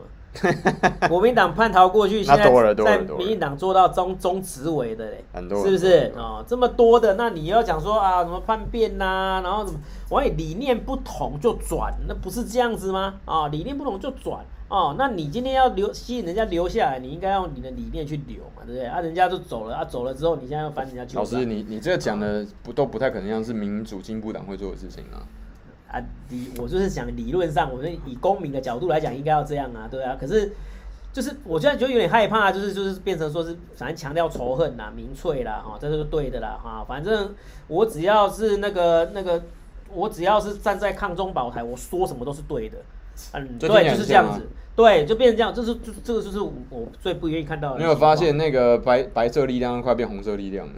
[SPEAKER 3] [LAUGHS]
[SPEAKER 2] 国民党叛逃过去，
[SPEAKER 3] 那
[SPEAKER 2] 现在
[SPEAKER 3] 多了多了
[SPEAKER 2] 在
[SPEAKER 3] 多了
[SPEAKER 2] 民进党做到中中执委的嘞，
[SPEAKER 3] 很多
[SPEAKER 2] 是不
[SPEAKER 3] 很
[SPEAKER 2] 是
[SPEAKER 3] 多
[SPEAKER 2] 哦？这么多的，那你要讲说啊，什么叛变呐、然后什么，我也理念不同就转，那不是这样子吗？啊、理念不同就转哦，那你今天要留吸引人家留下来，你应该用你的理念去留嘛，对不对？啊，人家就走了啊，走了之后，你现在要翻人家旧
[SPEAKER 3] 老
[SPEAKER 2] 账
[SPEAKER 3] 师，你你这个讲的不都不太可能像是民主进步党会做的事情啊。
[SPEAKER 2] 啊，理我就是想理论上，我们以公民的角度来讲，应该要这样啊，对啊。可是就是我现在觉得有点害怕，啊就是就是变成说是反正强调仇恨啦、民粹啦，哈、这就是对的啦，哈、反正我只要是那个那个，我只要是站在抗中保台，我说什么都是对的，嗯，
[SPEAKER 3] 这听起
[SPEAKER 2] 对，
[SPEAKER 3] 来
[SPEAKER 2] 就是
[SPEAKER 3] 很
[SPEAKER 2] 这
[SPEAKER 3] 像
[SPEAKER 2] 样
[SPEAKER 3] 啊
[SPEAKER 2] 子。对，就变成这样，这是这这个就是我我最不愿意看到的。
[SPEAKER 3] 你有没有发现那个白白色力量快变红色力量了？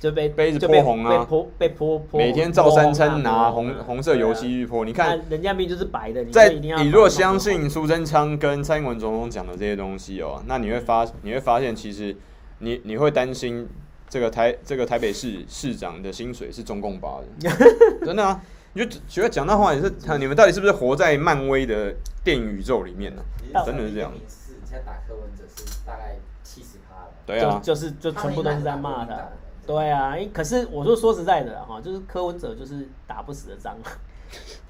[SPEAKER 2] 就被
[SPEAKER 3] 杯子
[SPEAKER 2] 就被
[SPEAKER 3] 泼红啊
[SPEAKER 2] 被泼被泼泼红，
[SPEAKER 3] 每天照三餐拿
[SPEAKER 2] 泼红
[SPEAKER 3] 红
[SPEAKER 2] 啊
[SPEAKER 3] 红色油漆去泼，你
[SPEAKER 2] 对啊
[SPEAKER 3] 看
[SPEAKER 2] 那人家明明就是白的，你
[SPEAKER 3] 在
[SPEAKER 2] 就一定要
[SPEAKER 3] 你如果
[SPEAKER 2] 把它弄
[SPEAKER 3] 相
[SPEAKER 2] 成
[SPEAKER 3] 信苏贞昌跟蔡英文总统讲的这些东西哦，那你会发你会发现，其实你你会担心这个台这个台北市市长的薪水是中共发的，
[SPEAKER 2] [LAUGHS]
[SPEAKER 3] 真的啊！你就觉得讲那话也是，你们到底是不是活在漫威的电影宇宙里面呢、真的是这样。
[SPEAKER 1] 零四，你现在打柯文哲是大概七十趴了。
[SPEAKER 3] 对啊，
[SPEAKER 2] 就就是就全部都是在骂他
[SPEAKER 1] 他们一般都是打。
[SPEAKER 2] 对啊，因可是我说说实在的哈，就是柯文哲就是打不死的蟑螂。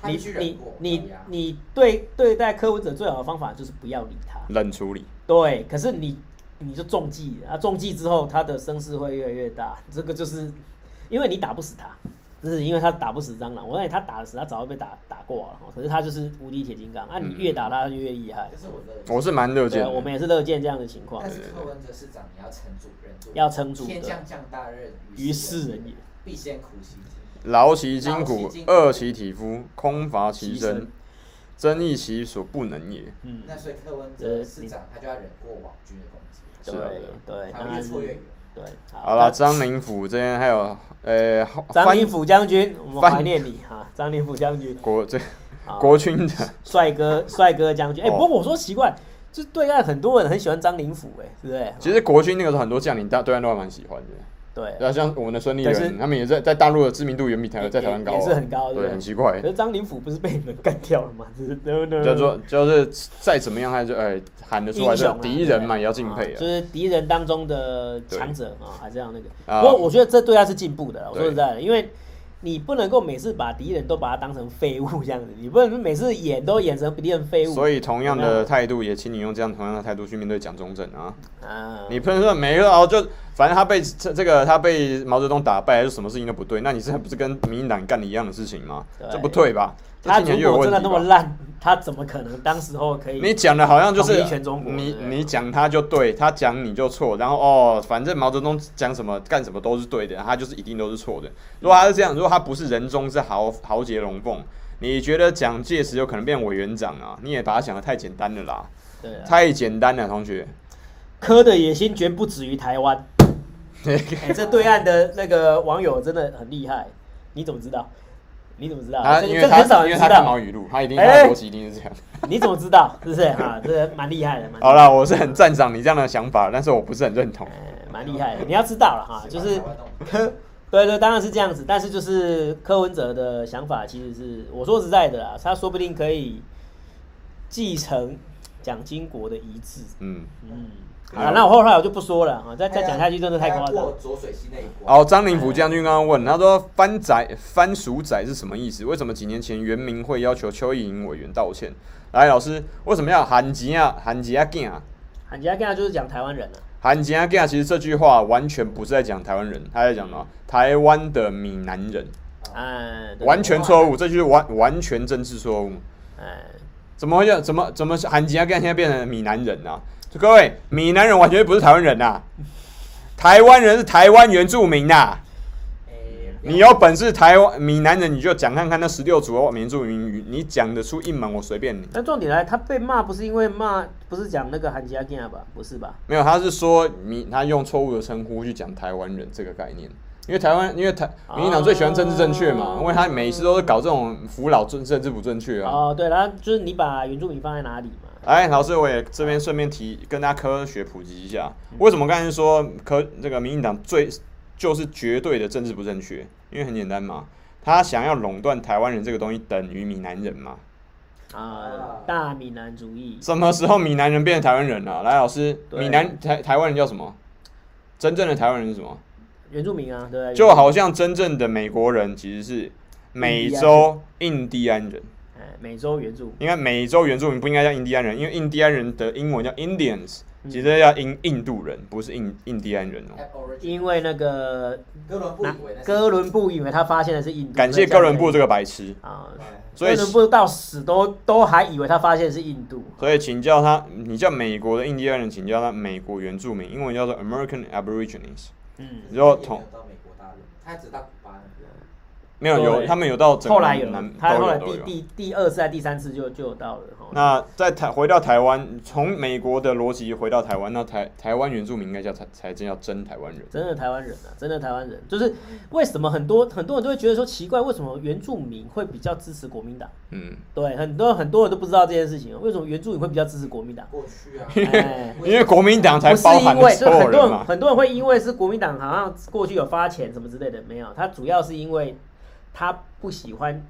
[SPEAKER 1] 他
[SPEAKER 2] 你
[SPEAKER 1] 居然
[SPEAKER 2] 你
[SPEAKER 1] 过
[SPEAKER 2] 你
[SPEAKER 1] 哎呀
[SPEAKER 2] 你对对待柯文哲最好的方法就是不要理他。
[SPEAKER 3] 冷处理。
[SPEAKER 2] 对，可是你你就中计啊，中计之后他的声势会越来越大，这个就是因为你打不死他，就是因为他打不死蟑螂。我认为他打得死，他早就被打打挂了。可是他就是无敌铁金刚，啊，你越打他就越厉害
[SPEAKER 1] 这。是我的。
[SPEAKER 3] 我是蛮嗯乐见
[SPEAKER 2] 对啊，
[SPEAKER 3] 的，
[SPEAKER 2] 我们也是乐见这样的情况
[SPEAKER 1] 但。是柯文哲市长，你要撑主任，
[SPEAKER 2] 要撑住
[SPEAKER 1] 天
[SPEAKER 2] 的
[SPEAKER 1] 将降大任
[SPEAKER 2] 于
[SPEAKER 1] 世
[SPEAKER 2] 世人也，
[SPEAKER 1] 必先苦其心。
[SPEAKER 3] 劳其筋骨
[SPEAKER 1] 劳其筋，骨
[SPEAKER 3] 饿其体肤，空乏其
[SPEAKER 2] 其
[SPEAKER 3] 身
[SPEAKER 2] 身，
[SPEAKER 3] 增益其所不能也。
[SPEAKER 2] 嗯，
[SPEAKER 1] 那所以柯文哲市长他就要忍过网军的攻击，
[SPEAKER 3] 是啊
[SPEAKER 2] 对对，
[SPEAKER 1] 他
[SPEAKER 2] 当
[SPEAKER 1] 会越
[SPEAKER 2] 然
[SPEAKER 1] 挫越
[SPEAKER 2] 是
[SPEAKER 1] 远。
[SPEAKER 2] 对，
[SPEAKER 3] 好了，，张灵甫这边还有呃，
[SPEAKER 2] 张
[SPEAKER 3] 翻
[SPEAKER 2] 灵甫将军，我们
[SPEAKER 3] 翻
[SPEAKER 2] 怀念你哈，张灵甫将军，
[SPEAKER 3] 国这
[SPEAKER 2] 啊
[SPEAKER 3] 国军的
[SPEAKER 2] 帅哥帅哥将军，哎，
[SPEAKER 3] 哦
[SPEAKER 2] 不过我说奇怪，就对岸很多人很喜欢张灵甫，哎，对不对？
[SPEAKER 3] 其实国军那个时候很多将领，大对岸都还蛮喜欢的。
[SPEAKER 2] 对，
[SPEAKER 3] 那像我们的孙立
[SPEAKER 2] 但是
[SPEAKER 3] 人，他们也在在大陆的知名度远比台
[SPEAKER 2] 也
[SPEAKER 3] 啊在台湾高啊，
[SPEAKER 2] 也是很高对不
[SPEAKER 3] 对，
[SPEAKER 2] 对
[SPEAKER 3] 很奇怪
[SPEAKER 2] 可。是张灵甫不是被你们干掉了吗？就是 no no，
[SPEAKER 3] 叫做就是再怎么样，他就哎喊得
[SPEAKER 2] 英
[SPEAKER 3] 出来，
[SPEAKER 2] 雄
[SPEAKER 3] 就
[SPEAKER 2] 啊
[SPEAKER 3] 敌人嘛，
[SPEAKER 2] 对
[SPEAKER 3] 也要敬佩
[SPEAKER 2] 啊
[SPEAKER 3] 啊
[SPEAKER 2] 就。是敌人当中的
[SPEAKER 3] 对
[SPEAKER 2] 强者啊，还是要那个。
[SPEAKER 3] 啊
[SPEAKER 2] 不过我觉得这对他是进步的啦。我说
[SPEAKER 3] 对
[SPEAKER 2] 实在的，因为你不能够每次把敌人都把他当成废物这样子，你不能每次演都演成敌人废物。
[SPEAKER 3] 所以同样
[SPEAKER 2] 有没有
[SPEAKER 3] 的态度，也请你用这样同样的态度去面对蒋中正啊！
[SPEAKER 2] 啊，
[SPEAKER 3] 你不能说没了哦，就反正他被这这个他被毛泽东打败，就什么事情都不对，那你这不是跟民进党干的一样的事情吗
[SPEAKER 2] 对？
[SPEAKER 3] 这不对吧？这
[SPEAKER 2] 他
[SPEAKER 3] 听起来
[SPEAKER 2] 如
[SPEAKER 3] 就有
[SPEAKER 2] 果
[SPEAKER 3] 问
[SPEAKER 2] 真的那
[SPEAKER 3] 题
[SPEAKER 2] 么
[SPEAKER 3] 吧。
[SPEAKER 2] 烂，他怎么可能当时候可以？
[SPEAKER 3] 你讲的好像就是
[SPEAKER 2] 统一全中国对
[SPEAKER 3] 你
[SPEAKER 2] 不对
[SPEAKER 3] 你讲他就对，他讲你就错，然后哦，反正毛泽东讲什么干什么都是对的，他就是一定都是错的。如果他是这样，如果他不是人中之豪豪杰龙凤，你觉得蒋介石有可能变委员长啊？你也把他想的太简单了啦，
[SPEAKER 2] 对啊，
[SPEAKER 3] 太简单了，同学。
[SPEAKER 2] 柯的野心绝不止于台湾。哎，这对岸的那个网友真的很厉害，你怎么知道？你怎么知道？
[SPEAKER 3] 他
[SPEAKER 2] 啊这
[SPEAKER 3] 因为
[SPEAKER 2] 这
[SPEAKER 3] 他
[SPEAKER 2] 很少
[SPEAKER 3] 因为
[SPEAKER 2] 人知
[SPEAKER 3] 他看
[SPEAKER 2] 道
[SPEAKER 3] 毛，语录，他一定
[SPEAKER 2] 哎
[SPEAKER 3] 他的逻辑一定是这样。
[SPEAKER 2] 你怎么知道？是不是啊？这蛮厉害的，蛮厉害的
[SPEAKER 3] 好啦，我是很赞赏你这样的想法，但是我不是很认同。
[SPEAKER 2] 呃蛮厉害的。你要知道了哈，啊就
[SPEAKER 1] 喜
[SPEAKER 2] 是
[SPEAKER 1] 欢台湾动
[SPEAKER 2] 柯，对对，当然是这样子。但是就是柯文哲的想法，其实是我说实在的啦，他说不定可以继承蒋经国的遗志。
[SPEAKER 3] 嗯，
[SPEAKER 2] 嗯，
[SPEAKER 3] 嗯
[SPEAKER 2] 好
[SPEAKER 1] 哎
[SPEAKER 2] 了，那我后来我就不说了啊，再再讲下去真的太夸
[SPEAKER 1] 他要
[SPEAKER 2] 张
[SPEAKER 1] 哎过。浊水溪那一关。
[SPEAKER 3] 好，张灵甫将军刚刚问，他说“番仔番薯仔”是什么意思？为什么几年前原民会要求邱意莹委员道歉？来，老师，为什么要韩吉亚韩吉亚囝啊？
[SPEAKER 2] 喊人家跟他就是讲台湾人啊，
[SPEAKER 3] 韩吉亚囝其实这句话完全不是在讲台湾人，他在讲什么？台湾的闽南人，
[SPEAKER 1] 哦
[SPEAKER 2] 哎，对
[SPEAKER 3] 完全错误，这就是完完全政治错误。
[SPEAKER 2] 哎，
[SPEAKER 3] 怎么会叫怎么怎么是韩吉亚干现在变成闽南人啊？就各位，闽南人完全不是台湾人呐、台湾人是台湾原住民呐、
[SPEAKER 1] 哎
[SPEAKER 3] 啊你有本事台湾闽南人，你就讲看看那十六族的原住民语，你讲得出一门，我随便你。
[SPEAKER 2] 但重点来，他被骂不是因为骂，不是讲那个韩吉亚跟他吧？不是吧？
[SPEAKER 3] 没有，他是说你他用错误的称呼去讲台湾人这个概念，因为台湾因为台民进党最喜欢政治正确嘛，
[SPEAKER 2] 哦
[SPEAKER 3] 因为他每一次都是搞这种扶老政政治不正确啊。
[SPEAKER 2] 哦，对，然后就是你把原住民放在哪里嘛？
[SPEAKER 3] 哎，老师，我也这边顺便提跟大家科学普及一下，为什么刚才说科这个民进党最就是绝对的政治不正确？因为很简单嘛，他想要垄断台湾人这个东西等于闽南人嘛。
[SPEAKER 2] 啊，大闽南主义，
[SPEAKER 3] 什么时候闽南人变成台湾人了、来，老师，
[SPEAKER 2] 对
[SPEAKER 3] 闽南台台湾人叫什么？真正的台湾人是什么？
[SPEAKER 2] 原住民啊，对不对，
[SPEAKER 3] 就好像真正的美国人其实是美洲印第安人。
[SPEAKER 2] 哎，美洲原住民，
[SPEAKER 3] 应该美洲原住民不应该叫印第安人，因为印第安人的英文叫 Indians，
[SPEAKER 2] 嗯
[SPEAKER 3] 其实叫印印度人，不是印印第安人哦。
[SPEAKER 2] 因为那个
[SPEAKER 1] 哥伦布以为那是
[SPEAKER 2] 哥伦布以为他发现的是印度，
[SPEAKER 3] 感谢哥伦布这个白痴，
[SPEAKER 2] 啊，
[SPEAKER 3] 所
[SPEAKER 2] 哥
[SPEAKER 3] 以
[SPEAKER 2] 伦布到死都都还以为他发现的是印度，
[SPEAKER 3] 所以请教他，你叫美国的印第安人，请叫他美国原住民，英文叫做 American Aborigines。
[SPEAKER 2] 嗯，
[SPEAKER 3] 你说同
[SPEAKER 1] 他也没有到美国大陆，他只到古巴那边。
[SPEAKER 3] 没有有，
[SPEAKER 2] 对
[SPEAKER 3] 他们有到整
[SPEAKER 2] 后
[SPEAKER 3] 个
[SPEAKER 2] 来有
[SPEAKER 3] 南
[SPEAKER 2] 他
[SPEAKER 3] 都
[SPEAKER 2] 后来第
[SPEAKER 3] 有都有。
[SPEAKER 2] 第第二次还第三次就就有到了，哦
[SPEAKER 3] 那在台回到台湾，从美国的逻辑回到台湾，那台台湾原住民应该叫才才真叫真台湾人。
[SPEAKER 2] 真的台湾人啊，真的台湾人，就是为什么很多很多人都会觉得说奇怪，为什么原住民会比较支持国民党？
[SPEAKER 3] 嗯，
[SPEAKER 2] 对，很多很多人都不知道这件事情，啊为什么原住民会比较支持国民党？
[SPEAKER 1] 过去啊，
[SPEAKER 2] 哎
[SPEAKER 3] [LAUGHS] 因为国民党才
[SPEAKER 2] 不是
[SPEAKER 3] 包含
[SPEAKER 2] 因为，
[SPEAKER 3] 所
[SPEAKER 2] 就
[SPEAKER 3] 有
[SPEAKER 2] 很多人
[SPEAKER 3] 人嘛。
[SPEAKER 2] 很多人会因为是国民党好像过去有发钱什么之类的，没有，他主要是因为他不喜欢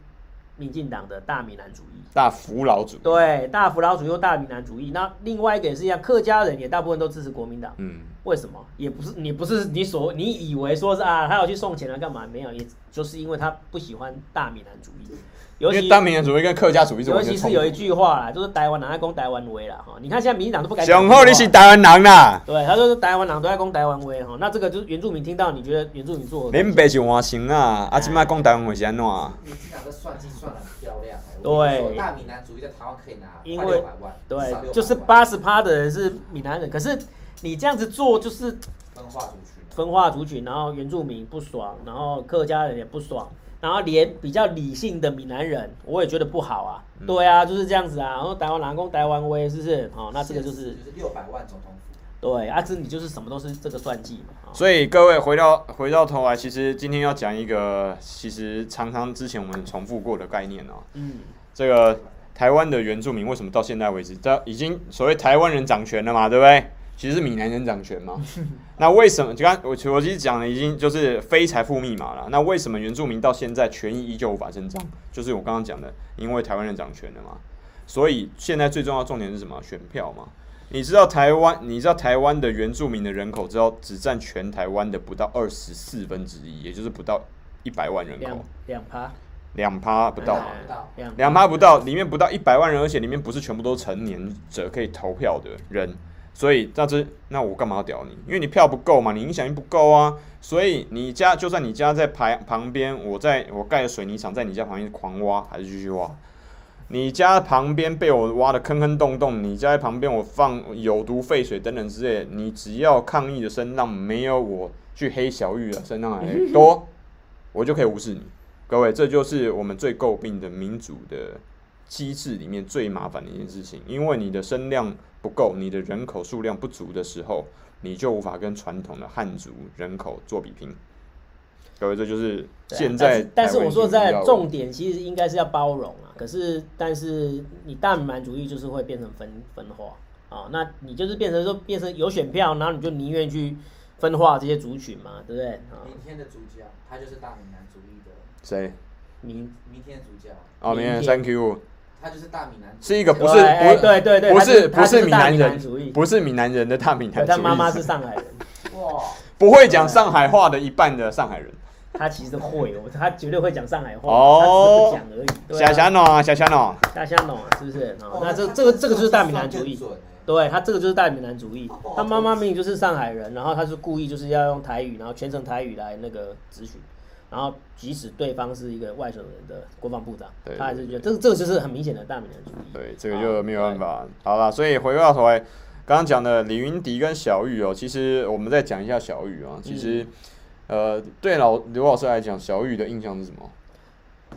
[SPEAKER 2] 民进党的大闽南主义，
[SPEAKER 3] 大福老主。
[SPEAKER 2] 对，大福老主义又大闽南主义。那另外一个也是一样，客家人也大部分都支持国民党，
[SPEAKER 3] 嗯，
[SPEAKER 2] 为什么？也不是你不是你所你以为说是啊，他要去送钱来干嘛？没有，也就是因为他不喜欢大闽南主义，
[SPEAKER 3] 因
[SPEAKER 2] 尤
[SPEAKER 3] 为
[SPEAKER 2] 其
[SPEAKER 3] 当民人主义跟客家主义是
[SPEAKER 2] 尤
[SPEAKER 3] 完全
[SPEAKER 2] 其
[SPEAKER 3] 冲
[SPEAKER 2] 是
[SPEAKER 3] 突
[SPEAKER 2] 有一
[SPEAKER 3] 的。
[SPEAKER 2] 句话啦，就是台湾哪爱攻台湾威啦哈。你看现在民进党都不敢讲这
[SPEAKER 3] 雄
[SPEAKER 2] 句话。
[SPEAKER 3] 厚你是台湾人啊啦，
[SPEAKER 2] 对，他就是台湾人都在攻台湾威哈，那这个就是原住民听到，你觉得原住民做的？
[SPEAKER 3] 恁爸是外省啊，啊，即
[SPEAKER 2] 哎
[SPEAKER 3] 摆讲台湾话是安怎啊？
[SPEAKER 1] 民进党的算计算的很漂亮、哎
[SPEAKER 2] 对
[SPEAKER 1] 我跟你说大闽南主义在台湾可以拿
[SPEAKER 2] 因
[SPEAKER 1] 快
[SPEAKER 2] 为
[SPEAKER 1] 600万，至少600
[SPEAKER 2] 对，
[SPEAKER 1] 万
[SPEAKER 2] 就是八十趴的人是闽南人，可是你这样子做就是
[SPEAKER 1] 分化族群。
[SPEAKER 2] 分化族群，然后原住民不爽，然后客家人也不爽，然后连比较理性的闽南人我也觉得不好啊。
[SPEAKER 3] 嗯
[SPEAKER 2] 对啊，就是这样子啊。然后台湾南攻台湾威是不是？哦，那这个就是
[SPEAKER 1] 就是六百万总统府，
[SPEAKER 2] 对，啊，这你就是什么都是这个算计嘛。啊
[SPEAKER 3] 所以各位回到回到头来，其实今天要讲一个其实常常之前我们重复过的概念哦、
[SPEAKER 2] 嗯，
[SPEAKER 3] 这个台湾的原住民为什么到现在为止，这已经所谓台湾人掌权了嘛，对不对？其实是闽南人掌权嘛。那为什么？就刚我我其实讲的已经就是非财富密码了。那为什么原住民到现在权益依旧无法伸张？就是我刚刚讲的，因为台湾人掌权了嘛。所以现在最重要的重点是什么？选票嘛。你知道台湾，你知道台湾的原住民的人口，知道只占全台湾的不到二十四分之一，也就是不到一百万人
[SPEAKER 2] 两
[SPEAKER 3] 口，
[SPEAKER 2] 两趴，哎
[SPEAKER 3] 两趴不到嘛。
[SPEAKER 1] 不到
[SPEAKER 2] 两
[SPEAKER 3] 两趴不到，里面不到一百万人，而且里面不是全部都是成年者可以投票的人，所以那这那我干嘛要屌你？因为你票不够嘛，你影响力不够啊，所以你家就算你家在排旁边，我在我盖的水泥厂在你家旁边狂挖，还是继续挖。你家旁边被我挖的坑坑洞洞，你家在旁边我放有毒废水等等之类的，你只要抗议的声浪没有我去黑小玉的声浪还多，我就可以无视你。各位，这就是我们最诟病的民主的机制里面最麻烦的一件事情，因为你的声量不够，你的人口数量不足的时候，你就无法跟传统的汉族人口做比拼。各位，这就是
[SPEAKER 2] 对啊
[SPEAKER 3] 现
[SPEAKER 2] 但
[SPEAKER 3] 在
[SPEAKER 2] 是但是我说在重
[SPEAKER 3] 点
[SPEAKER 2] 点其实应该是要包容啊，可是但是你大闽南主义就是会变成分分化啊、那你就是变成说变成有选票，然后你就宁愿去分化这些族群嘛，对不对啊？
[SPEAKER 1] 明天的主角，他就是大闽南主义的。
[SPEAKER 3] 谁？
[SPEAKER 2] 你
[SPEAKER 1] 明天的主角，
[SPEAKER 3] 哦，明
[SPEAKER 2] 明
[SPEAKER 3] 天
[SPEAKER 2] 天
[SPEAKER 3] Thank you，
[SPEAKER 1] 他就是大闽南主义。
[SPEAKER 3] 是一个不是
[SPEAKER 2] 对哎
[SPEAKER 3] 不
[SPEAKER 2] 对对对
[SPEAKER 3] 不
[SPEAKER 2] 他
[SPEAKER 3] 是
[SPEAKER 2] 是
[SPEAKER 3] 不
[SPEAKER 2] 他就是
[SPEAKER 3] 闽
[SPEAKER 2] 大
[SPEAKER 3] 南
[SPEAKER 2] 闽南主
[SPEAKER 3] 人，
[SPEAKER 2] 义
[SPEAKER 3] 不是闽南人的大闽
[SPEAKER 2] 对
[SPEAKER 3] 南主义，
[SPEAKER 2] 他妈妈是上海
[SPEAKER 3] [LAUGHS]
[SPEAKER 2] 人，
[SPEAKER 1] 哇，
[SPEAKER 3] 不会讲上海话的一半的上海人。
[SPEAKER 2] 他其实会，我他绝对会讲上海话，
[SPEAKER 3] 哦
[SPEAKER 2] 他只是不讲而已。对
[SPEAKER 3] 小
[SPEAKER 2] 啊
[SPEAKER 3] 霞暖，小霞暖，
[SPEAKER 2] 大家懂啊，是不是？哦、那这这个这个就是大闽南主义。对他这个就是大闽南主义
[SPEAKER 1] 哦，
[SPEAKER 2] 他妈妈明明就是上海人，然后他是故意就是要用台语，然后全程台语来那个咨询，然后即使对方是一个外省人的国防部长
[SPEAKER 3] 对，
[SPEAKER 2] 他还是觉得这个这个就是很明显的大闽南主义。
[SPEAKER 3] 对，这个就没有办法。好啦，所以回过头来，刚刚讲的李云迪跟小雨哦、其实我们再讲一下小雨
[SPEAKER 2] 嗯
[SPEAKER 3] 啊，其实。呃，对老刘老师来讲，小雨的印象是什么？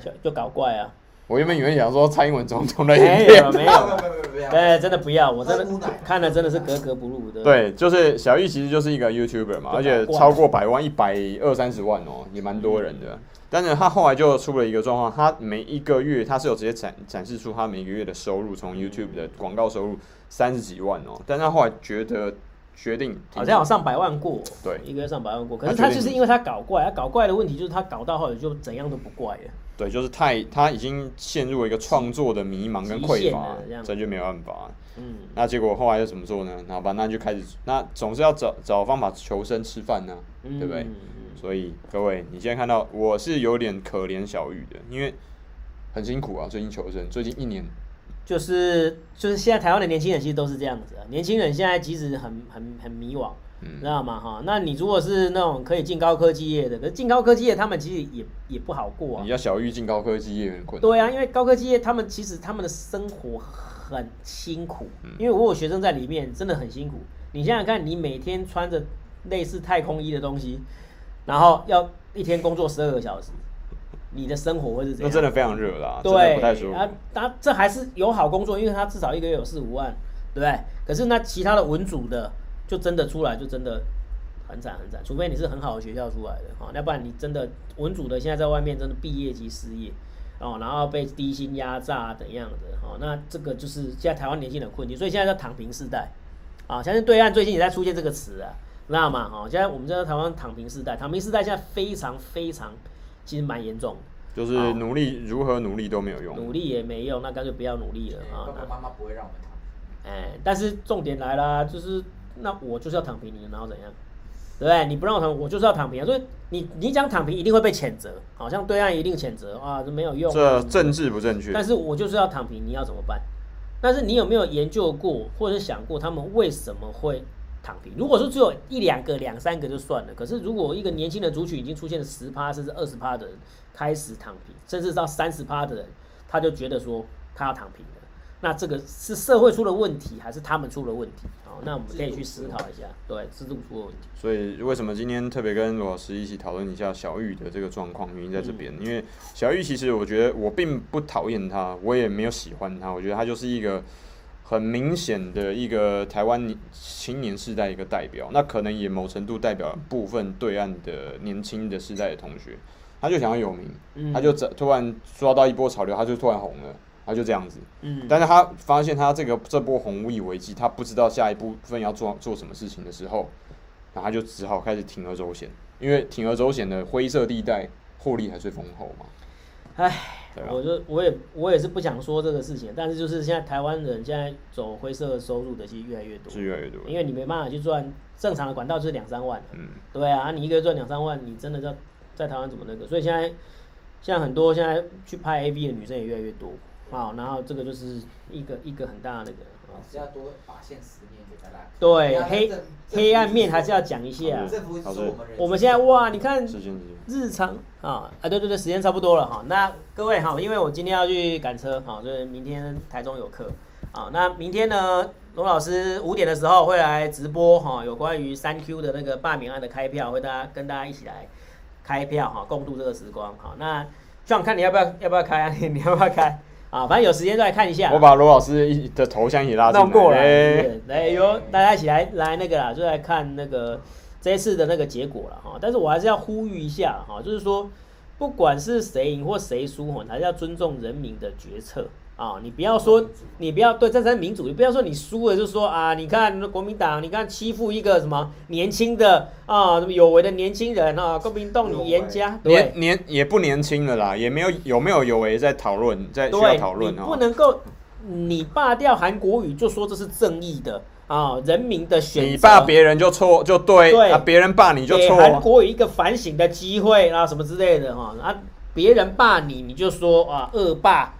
[SPEAKER 2] 就就搞怪啊！哎
[SPEAKER 3] 我原本以为想说蔡英文总统的影
[SPEAKER 2] 没
[SPEAKER 3] 片，
[SPEAKER 2] 有没
[SPEAKER 1] 没有没
[SPEAKER 2] 有，
[SPEAKER 1] 有没有没有没有，
[SPEAKER 2] 对，真的不要，我真
[SPEAKER 1] 喝牛
[SPEAKER 2] 的
[SPEAKER 1] 奶
[SPEAKER 2] 看了真的是格格不入的。，
[SPEAKER 3] [LAUGHS] 对，就是小玉其实就是一个 YouTuber 嘛，
[SPEAKER 2] 就
[SPEAKER 3] 而
[SPEAKER 2] 打
[SPEAKER 3] 且
[SPEAKER 2] 怪
[SPEAKER 3] 超过百万，一百二三十万哦，也蛮多人
[SPEAKER 2] 嗯
[SPEAKER 3] 的。但是他后来就出了一个状况，他每一个月他是有直接展展示出他每个月的收入，从 YouTube 的广告收入三十几万哦。但他后来觉得决定停止
[SPEAKER 2] 好像有上百万过，
[SPEAKER 3] 对
[SPEAKER 2] 一个月上百万过。可是
[SPEAKER 3] 他
[SPEAKER 2] 他
[SPEAKER 3] 决定
[SPEAKER 2] 就是因为他搞怪，他搞怪的问题就是他搞到后来就怎样都不怪了。
[SPEAKER 3] 对，就是太他已经陷入了一个创作的迷茫跟
[SPEAKER 2] 极
[SPEAKER 3] 匮
[SPEAKER 2] 限
[SPEAKER 3] 乏
[SPEAKER 2] 了这，样
[SPEAKER 3] 这就没有办法。
[SPEAKER 2] 嗯，
[SPEAKER 3] 那结果后来又怎么做呢？好吧，那就开始，那总是要找找方法求生吃饭呢、
[SPEAKER 2] 嗯
[SPEAKER 3] 对不对？所以各位，你现在看到我是有点可怜小雨的，因为很辛苦啊，最近求生，最近一年，
[SPEAKER 2] 就是就是现在台湾的年轻人其实都是这样子啊，年轻人现在即使很很很迷惘，
[SPEAKER 3] 嗯
[SPEAKER 2] 知道吗？哈，那你如果是那种可以进高科技业的，可是进高科技业他们其实也也不好过啊
[SPEAKER 3] 你。要小玉进高科技也有点困难。
[SPEAKER 2] 对啊，因为高科技业他们其实他们的生活很辛苦，
[SPEAKER 3] 嗯
[SPEAKER 2] 因为我有学生在里面真的很辛苦。你想想看，你每天穿着类似太空衣的东西，然后要一天工作十二个小时，你的生活会是怎
[SPEAKER 3] 那
[SPEAKER 2] 样？
[SPEAKER 3] 真的非常热啦，真的
[SPEAKER 2] 对，
[SPEAKER 3] 不太舒服。
[SPEAKER 2] 啊，他这还是有好工作，因为他至少一个月有四五万，对不对？可是那其他的文组的，就真的出来就真的很惨很惨，除非你是很好的学校出来的哦，要不然你真的文组的现在在外面真的毕业即失业哦，然后被低薪压榨怎样的哦，那这个就是现在台湾年轻人的困境，所以现在叫躺平世代啊，相信对岸最近也在出现这个词啊，知道吗？哦，现在我们叫台湾躺平世代，躺平世代现在非常非常其实蛮严重的。
[SPEAKER 3] 就是努力如何努力都没有用。哎
[SPEAKER 2] 努力也没用，那干脆不要努力了
[SPEAKER 1] 爸
[SPEAKER 2] 啊。
[SPEAKER 1] 爸妈妈不会让我们躺。
[SPEAKER 2] 那哎、但是重点来啦，就是那我就是要躺平，你然后怎样？对不对？你不让我躺，我就是要躺平啊。所以你你讲躺平一定会被谴责，好像对岸一定谴责啊，这没有用啊、
[SPEAKER 3] 这政治不正确，
[SPEAKER 2] 但是我就是要躺平，你要怎么办？但是你有没有研究过，或者是想过他们为什么会躺平？如果说只有一两个、两三个就算了，可是如果一个年轻的族群已经出现了十趴甚至二十趴的人开始躺平，甚至到三十趴的人，他就觉得说他要躺平了，那这个是社会出了问题，还是他们出了问题？好，那我们可以去思考一下，对，制度出了问题。
[SPEAKER 3] 所以为什么今天特别跟罗老师一起讨论一下小玉的这个状况，原因在这边。因为小玉其实我觉得我并不讨厌他，我也没有喜欢他，我觉得他就是一个很明显的一个台湾青年世代一个代表，那可能也某程度代表部分对岸的年轻的世代的同学，他就想要有名，
[SPEAKER 2] 嗯
[SPEAKER 3] 他就这突然抓到一波潮流，他就突然红了，他就这样子。
[SPEAKER 2] 嗯，
[SPEAKER 3] 但是他发现他这个这波红无以为继，他不知道下一部分要做做什么事情的时候，然后他就只好开始铤而走险，因为铤而走险的灰色地带获利还是丰厚嘛，
[SPEAKER 2] 唉，
[SPEAKER 3] 对啊吧？
[SPEAKER 2] 我就我也我也是不想说这个事情，但是就是现在台湾人现在走灰色收入的其实越来越多，
[SPEAKER 3] 是越来越多的，
[SPEAKER 2] 因为你没办法去赚正常的管道就是两三万，
[SPEAKER 3] 嗯，
[SPEAKER 2] 对啊，你一个月赚两三万，你真的在在台湾怎么那个？所以现在现在很多现在去拍 AV 的女生也越来越多啊，然后这个就是一个一个很大的那个啊
[SPEAKER 1] 还是要多发现十年给大家。
[SPEAKER 2] 对
[SPEAKER 1] 要让
[SPEAKER 2] 黑
[SPEAKER 1] 政
[SPEAKER 2] 黑暗面还是要讲一下。啊
[SPEAKER 1] 政府是我们人，
[SPEAKER 2] 我们现在哇，你看
[SPEAKER 3] 是现是
[SPEAKER 2] 日常啊啊，对对对，时间差不多了哈。那各位哈，因为我今天要去赶车哈，所以明天台中有课啊。那明天呢，罗老师五点的时候会来直播哈，有关于三 Q 的那个罢免案的开票，会大家跟大家一起来开票哈，共度这个时光哈。那这样看你要不要要不要开啊？ [LAUGHS] 你你要不要开啊？反正有时间再来看一下。
[SPEAKER 3] 我把罗老师一的头像也拉进
[SPEAKER 2] 弄过来，
[SPEAKER 3] 哎
[SPEAKER 2] 对来由大家一起来来那个啦，就来看那个这一次的那个结果了哈。但是我还是要呼吁一下哈，就是说，不管是谁赢或谁输哈，你还是要尊重人民的决策啊。你不要说，你不要对这才是民主，你不要说你输了就说啊，你看国民党，你看欺负一个什么年轻的啊，什么有为的年轻人啊，国民党你严
[SPEAKER 3] 嗯
[SPEAKER 2] 加对。
[SPEAKER 3] 年年也不年轻了啦，也没有有没有有为在讨论，在需要
[SPEAKER 2] 对，
[SPEAKER 3] 讨论
[SPEAKER 2] 你不
[SPEAKER 3] 哦。
[SPEAKER 2] 能够你罢掉韩国语就说这是正义的啊、人民的选择。
[SPEAKER 3] 你霸别人就错就对，
[SPEAKER 2] 对
[SPEAKER 3] 啊，别人霸你就
[SPEAKER 2] 给
[SPEAKER 3] 错
[SPEAKER 2] 韩
[SPEAKER 3] 啊，
[SPEAKER 2] 国语一个反省的机会啊，什么之类的哈啊，别人霸你你就说啊恶霸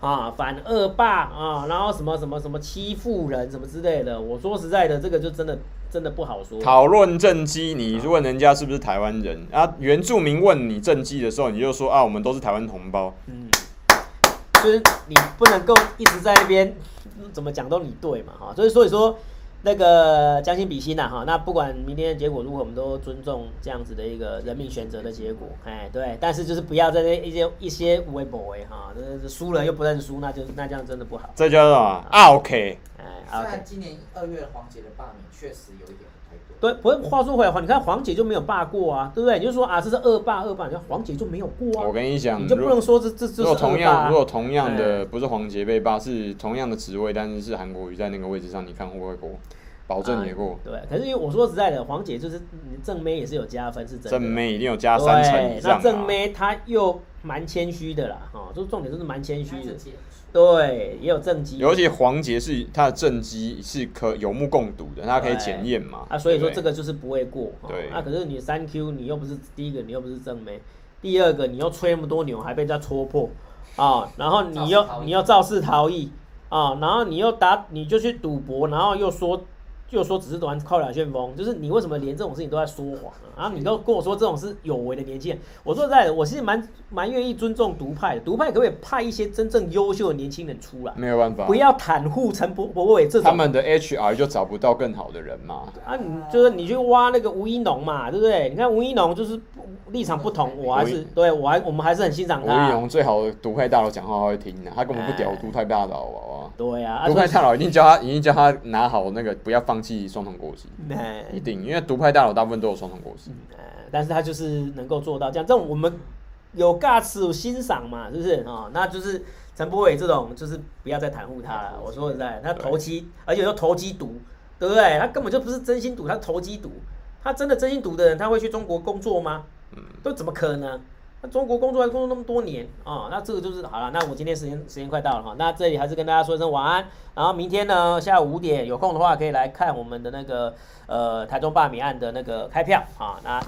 [SPEAKER 2] 啊反恶霸啊，然后什么什么什么欺负人什么之类的。我说实在的，这个就真的真的不好说。
[SPEAKER 3] 讨论政绩，你问人家是不是台湾人啊？原住民问你政绩的时候，你就说啊，我们都是台湾同胞。
[SPEAKER 2] 嗯，就是你不能够一直在那边嗯怎么讲都你对嘛哈，所以所以说那个将心比心呐、啊哈，那不管明天的结果如何，我们都尊重这样子的一个人民选择的结果，哎对，但是就是不要在那一些一些微博哎哈，这这输了又不认输，那就那这样真的不好，
[SPEAKER 3] 这叫什么？啊，OK，
[SPEAKER 2] 哎
[SPEAKER 1] 虽
[SPEAKER 2] 好，OK。
[SPEAKER 1] 然今年二月黄杰的罢免确实有一点不太对，
[SPEAKER 2] 对，不过话说回来，黄你看黄姐就没有罢过啊，对不对？你就说啊，这是恶霸，恶霸，你看黄姐就没有过
[SPEAKER 3] 我
[SPEAKER 2] 啊，
[SPEAKER 3] 跟你讲，
[SPEAKER 2] 你就
[SPEAKER 3] 如
[SPEAKER 2] 不能说这这这
[SPEAKER 3] 如
[SPEAKER 2] 是
[SPEAKER 3] 果
[SPEAKER 2] 恶
[SPEAKER 3] 同
[SPEAKER 2] 霸、
[SPEAKER 3] 样，
[SPEAKER 2] 啊
[SPEAKER 3] 如。果同样的不是黄杰被霸，是同样的职位，但是是韩国瑜在那个位置上，你看会不会过？保证也过，
[SPEAKER 2] 嗯对，可是因为我说实在的，黄姐就是你正妹也是有加分，是真的。
[SPEAKER 3] 正妹一定有加三成以
[SPEAKER 2] 对，
[SPEAKER 3] 上
[SPEAKER 2] 那
[SPEAKER 3] 啊。
[SPEAKER 2] 正妹她又蛮谦虚的啦，哦，就是重点就是蛮谦虚的
[SPEAKER 1] 但是。解除
[SPEAKER 2] 对，也有正绩。
[SPEAKER 3] 尤其黄杰是他的政绩是可有目共睹的，他可以
[SPEAKER 2] 对
[SPEAKER 3] 检验嘛。
[SPEAKER 2] 啊，所以
[SPEAKER 3] 对
[SPEAKER 2] 说
[SPEAKER 3] 不
[SPEAKER 2] 这
[SPEAKER 3] 对
[SPEAKER 2] 个就是不会过。哦
[SPEAKER 3] 对
[SPEAKER 2] 啊，可是你三 Q，你又不是第一个，你又不是正妹，第二个你又吹那么多牛，还被人家戳破啊、然后你又
[SPEAKER 1] 肇事逃
[SPEAKER 2] 你
[SPEAKER 1] 逸
[SPEAKER 2] 又肇事逃逸啊、然后你又打你就去赌博，然后又说又说只是玩靠两旋风，就是你为什么连这种事情都在说谎啊？然后你都跟我说这种是有为的年轻人，我说实在的，我其实蛮蛮愿意尊重独派的，独派可不可以派一些真正优秀的年轻人出来？
[SPEAKER 3] 没有办法，
[SPEAKER 2] 不要袒护陈伯伯伟这种
[SPEAKER 3] 他们的 HR 就找不到更好的人嘛。
[SPEAKER 2] 啊，你就是你去挖那个吴一农嘛，对不对？你看吴一农就是不立场不同，我还
[SPEAKER 3] 吴
[SPEAKER 2] 是
[SPEAKER 3] 一
[SPEAKER 2] 对我还我们还是很欣赏
[SPEAKER 3] 吴
[SPEAKER 2] 他。
[SPEAKER 3] 育荣最好的独派大佬讲话他会听啊的，他根本不屌
[SPEAKER 2] 哎
[SPEAKER 3] 独派大佬好不好？
[SPEAKER 2] 对啊，啊
[SPEAKER 3] 独
[SPEAKER 2] 所
[SPEAKER 3] 派
[SPEAKER 2] 以
[SPEAKER 3] 大佬一定教他，一定教他拿好那个，不要放弃双重国籍，
[SPEAKER 2] 哎
[SPEAKER 3] 一定，因为独派大佬大部分都有双重国籍。
[SPEAKER 2] 呃但是他就是能够做到这样，这种我们有 guts 有欣赏嘛，是不是哦？那就是陈柏伟这种，就是不要再袒护他了。我说实在，他投机，而且又投机赌，对不对？他根本就不是真心赌，他投机赌。他真的真心赌的人，他会去中国工作吗？嗯，都怎么可能？那中国工作还工作那么多年啊、那这个就是好了。那我今天时间时间快到了哈，那这里还是跟大家说一声晚安。然后明天呢，下午五点有空的话，可以来看我们的那个呃台中罢免案的那个开票啊。那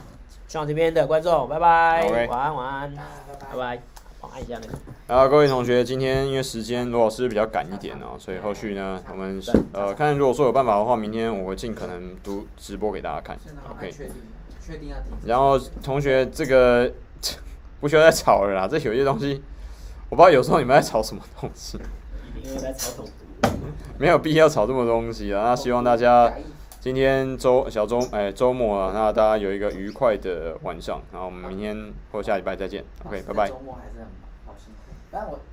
[SPEAKER 2] 希望这边的观众，拜拜
[SPEAKER 3] 好嘞，
[SPEAKER 2] 晚安晚安，
[SPEAKER 1] 啊拜
[SPEAKER 2] 拜
[SPEAKER 1] 拜
[SPEAKER 2] 拜，我按一下那个。
[SPEAKER 3] 然后各位同学，今天因为时间罗老师比较赶一点哦，所以后续呢，我们
[SPEAKER 2] 对
[SPEAKER 3] 呃看如果说有办法的话，明天我会尽可能读直播给大家看
[SPEAKER 1] 现在嗯好像
[SPEAKER 3] ，OK。
[SPEAKER 1] 确定确定要停止。
[SPEAKER 3] 然后同学，这个 [LAUGHS] 不需要再吵了啦，这有些东西我不知道有时候你们在吵什么东西，
[SPEAKER 2] 因为在炒桶
[SPEAKER 3] 没有必要吵这么多东西啊。那希望大家今天周小周哎周末啊，那大家有一个愉快的晚上，然后我们明天或下礼拜再见，OK，拜拜
[SPEAKER 1] 周。末还是很忙好辛苦，但我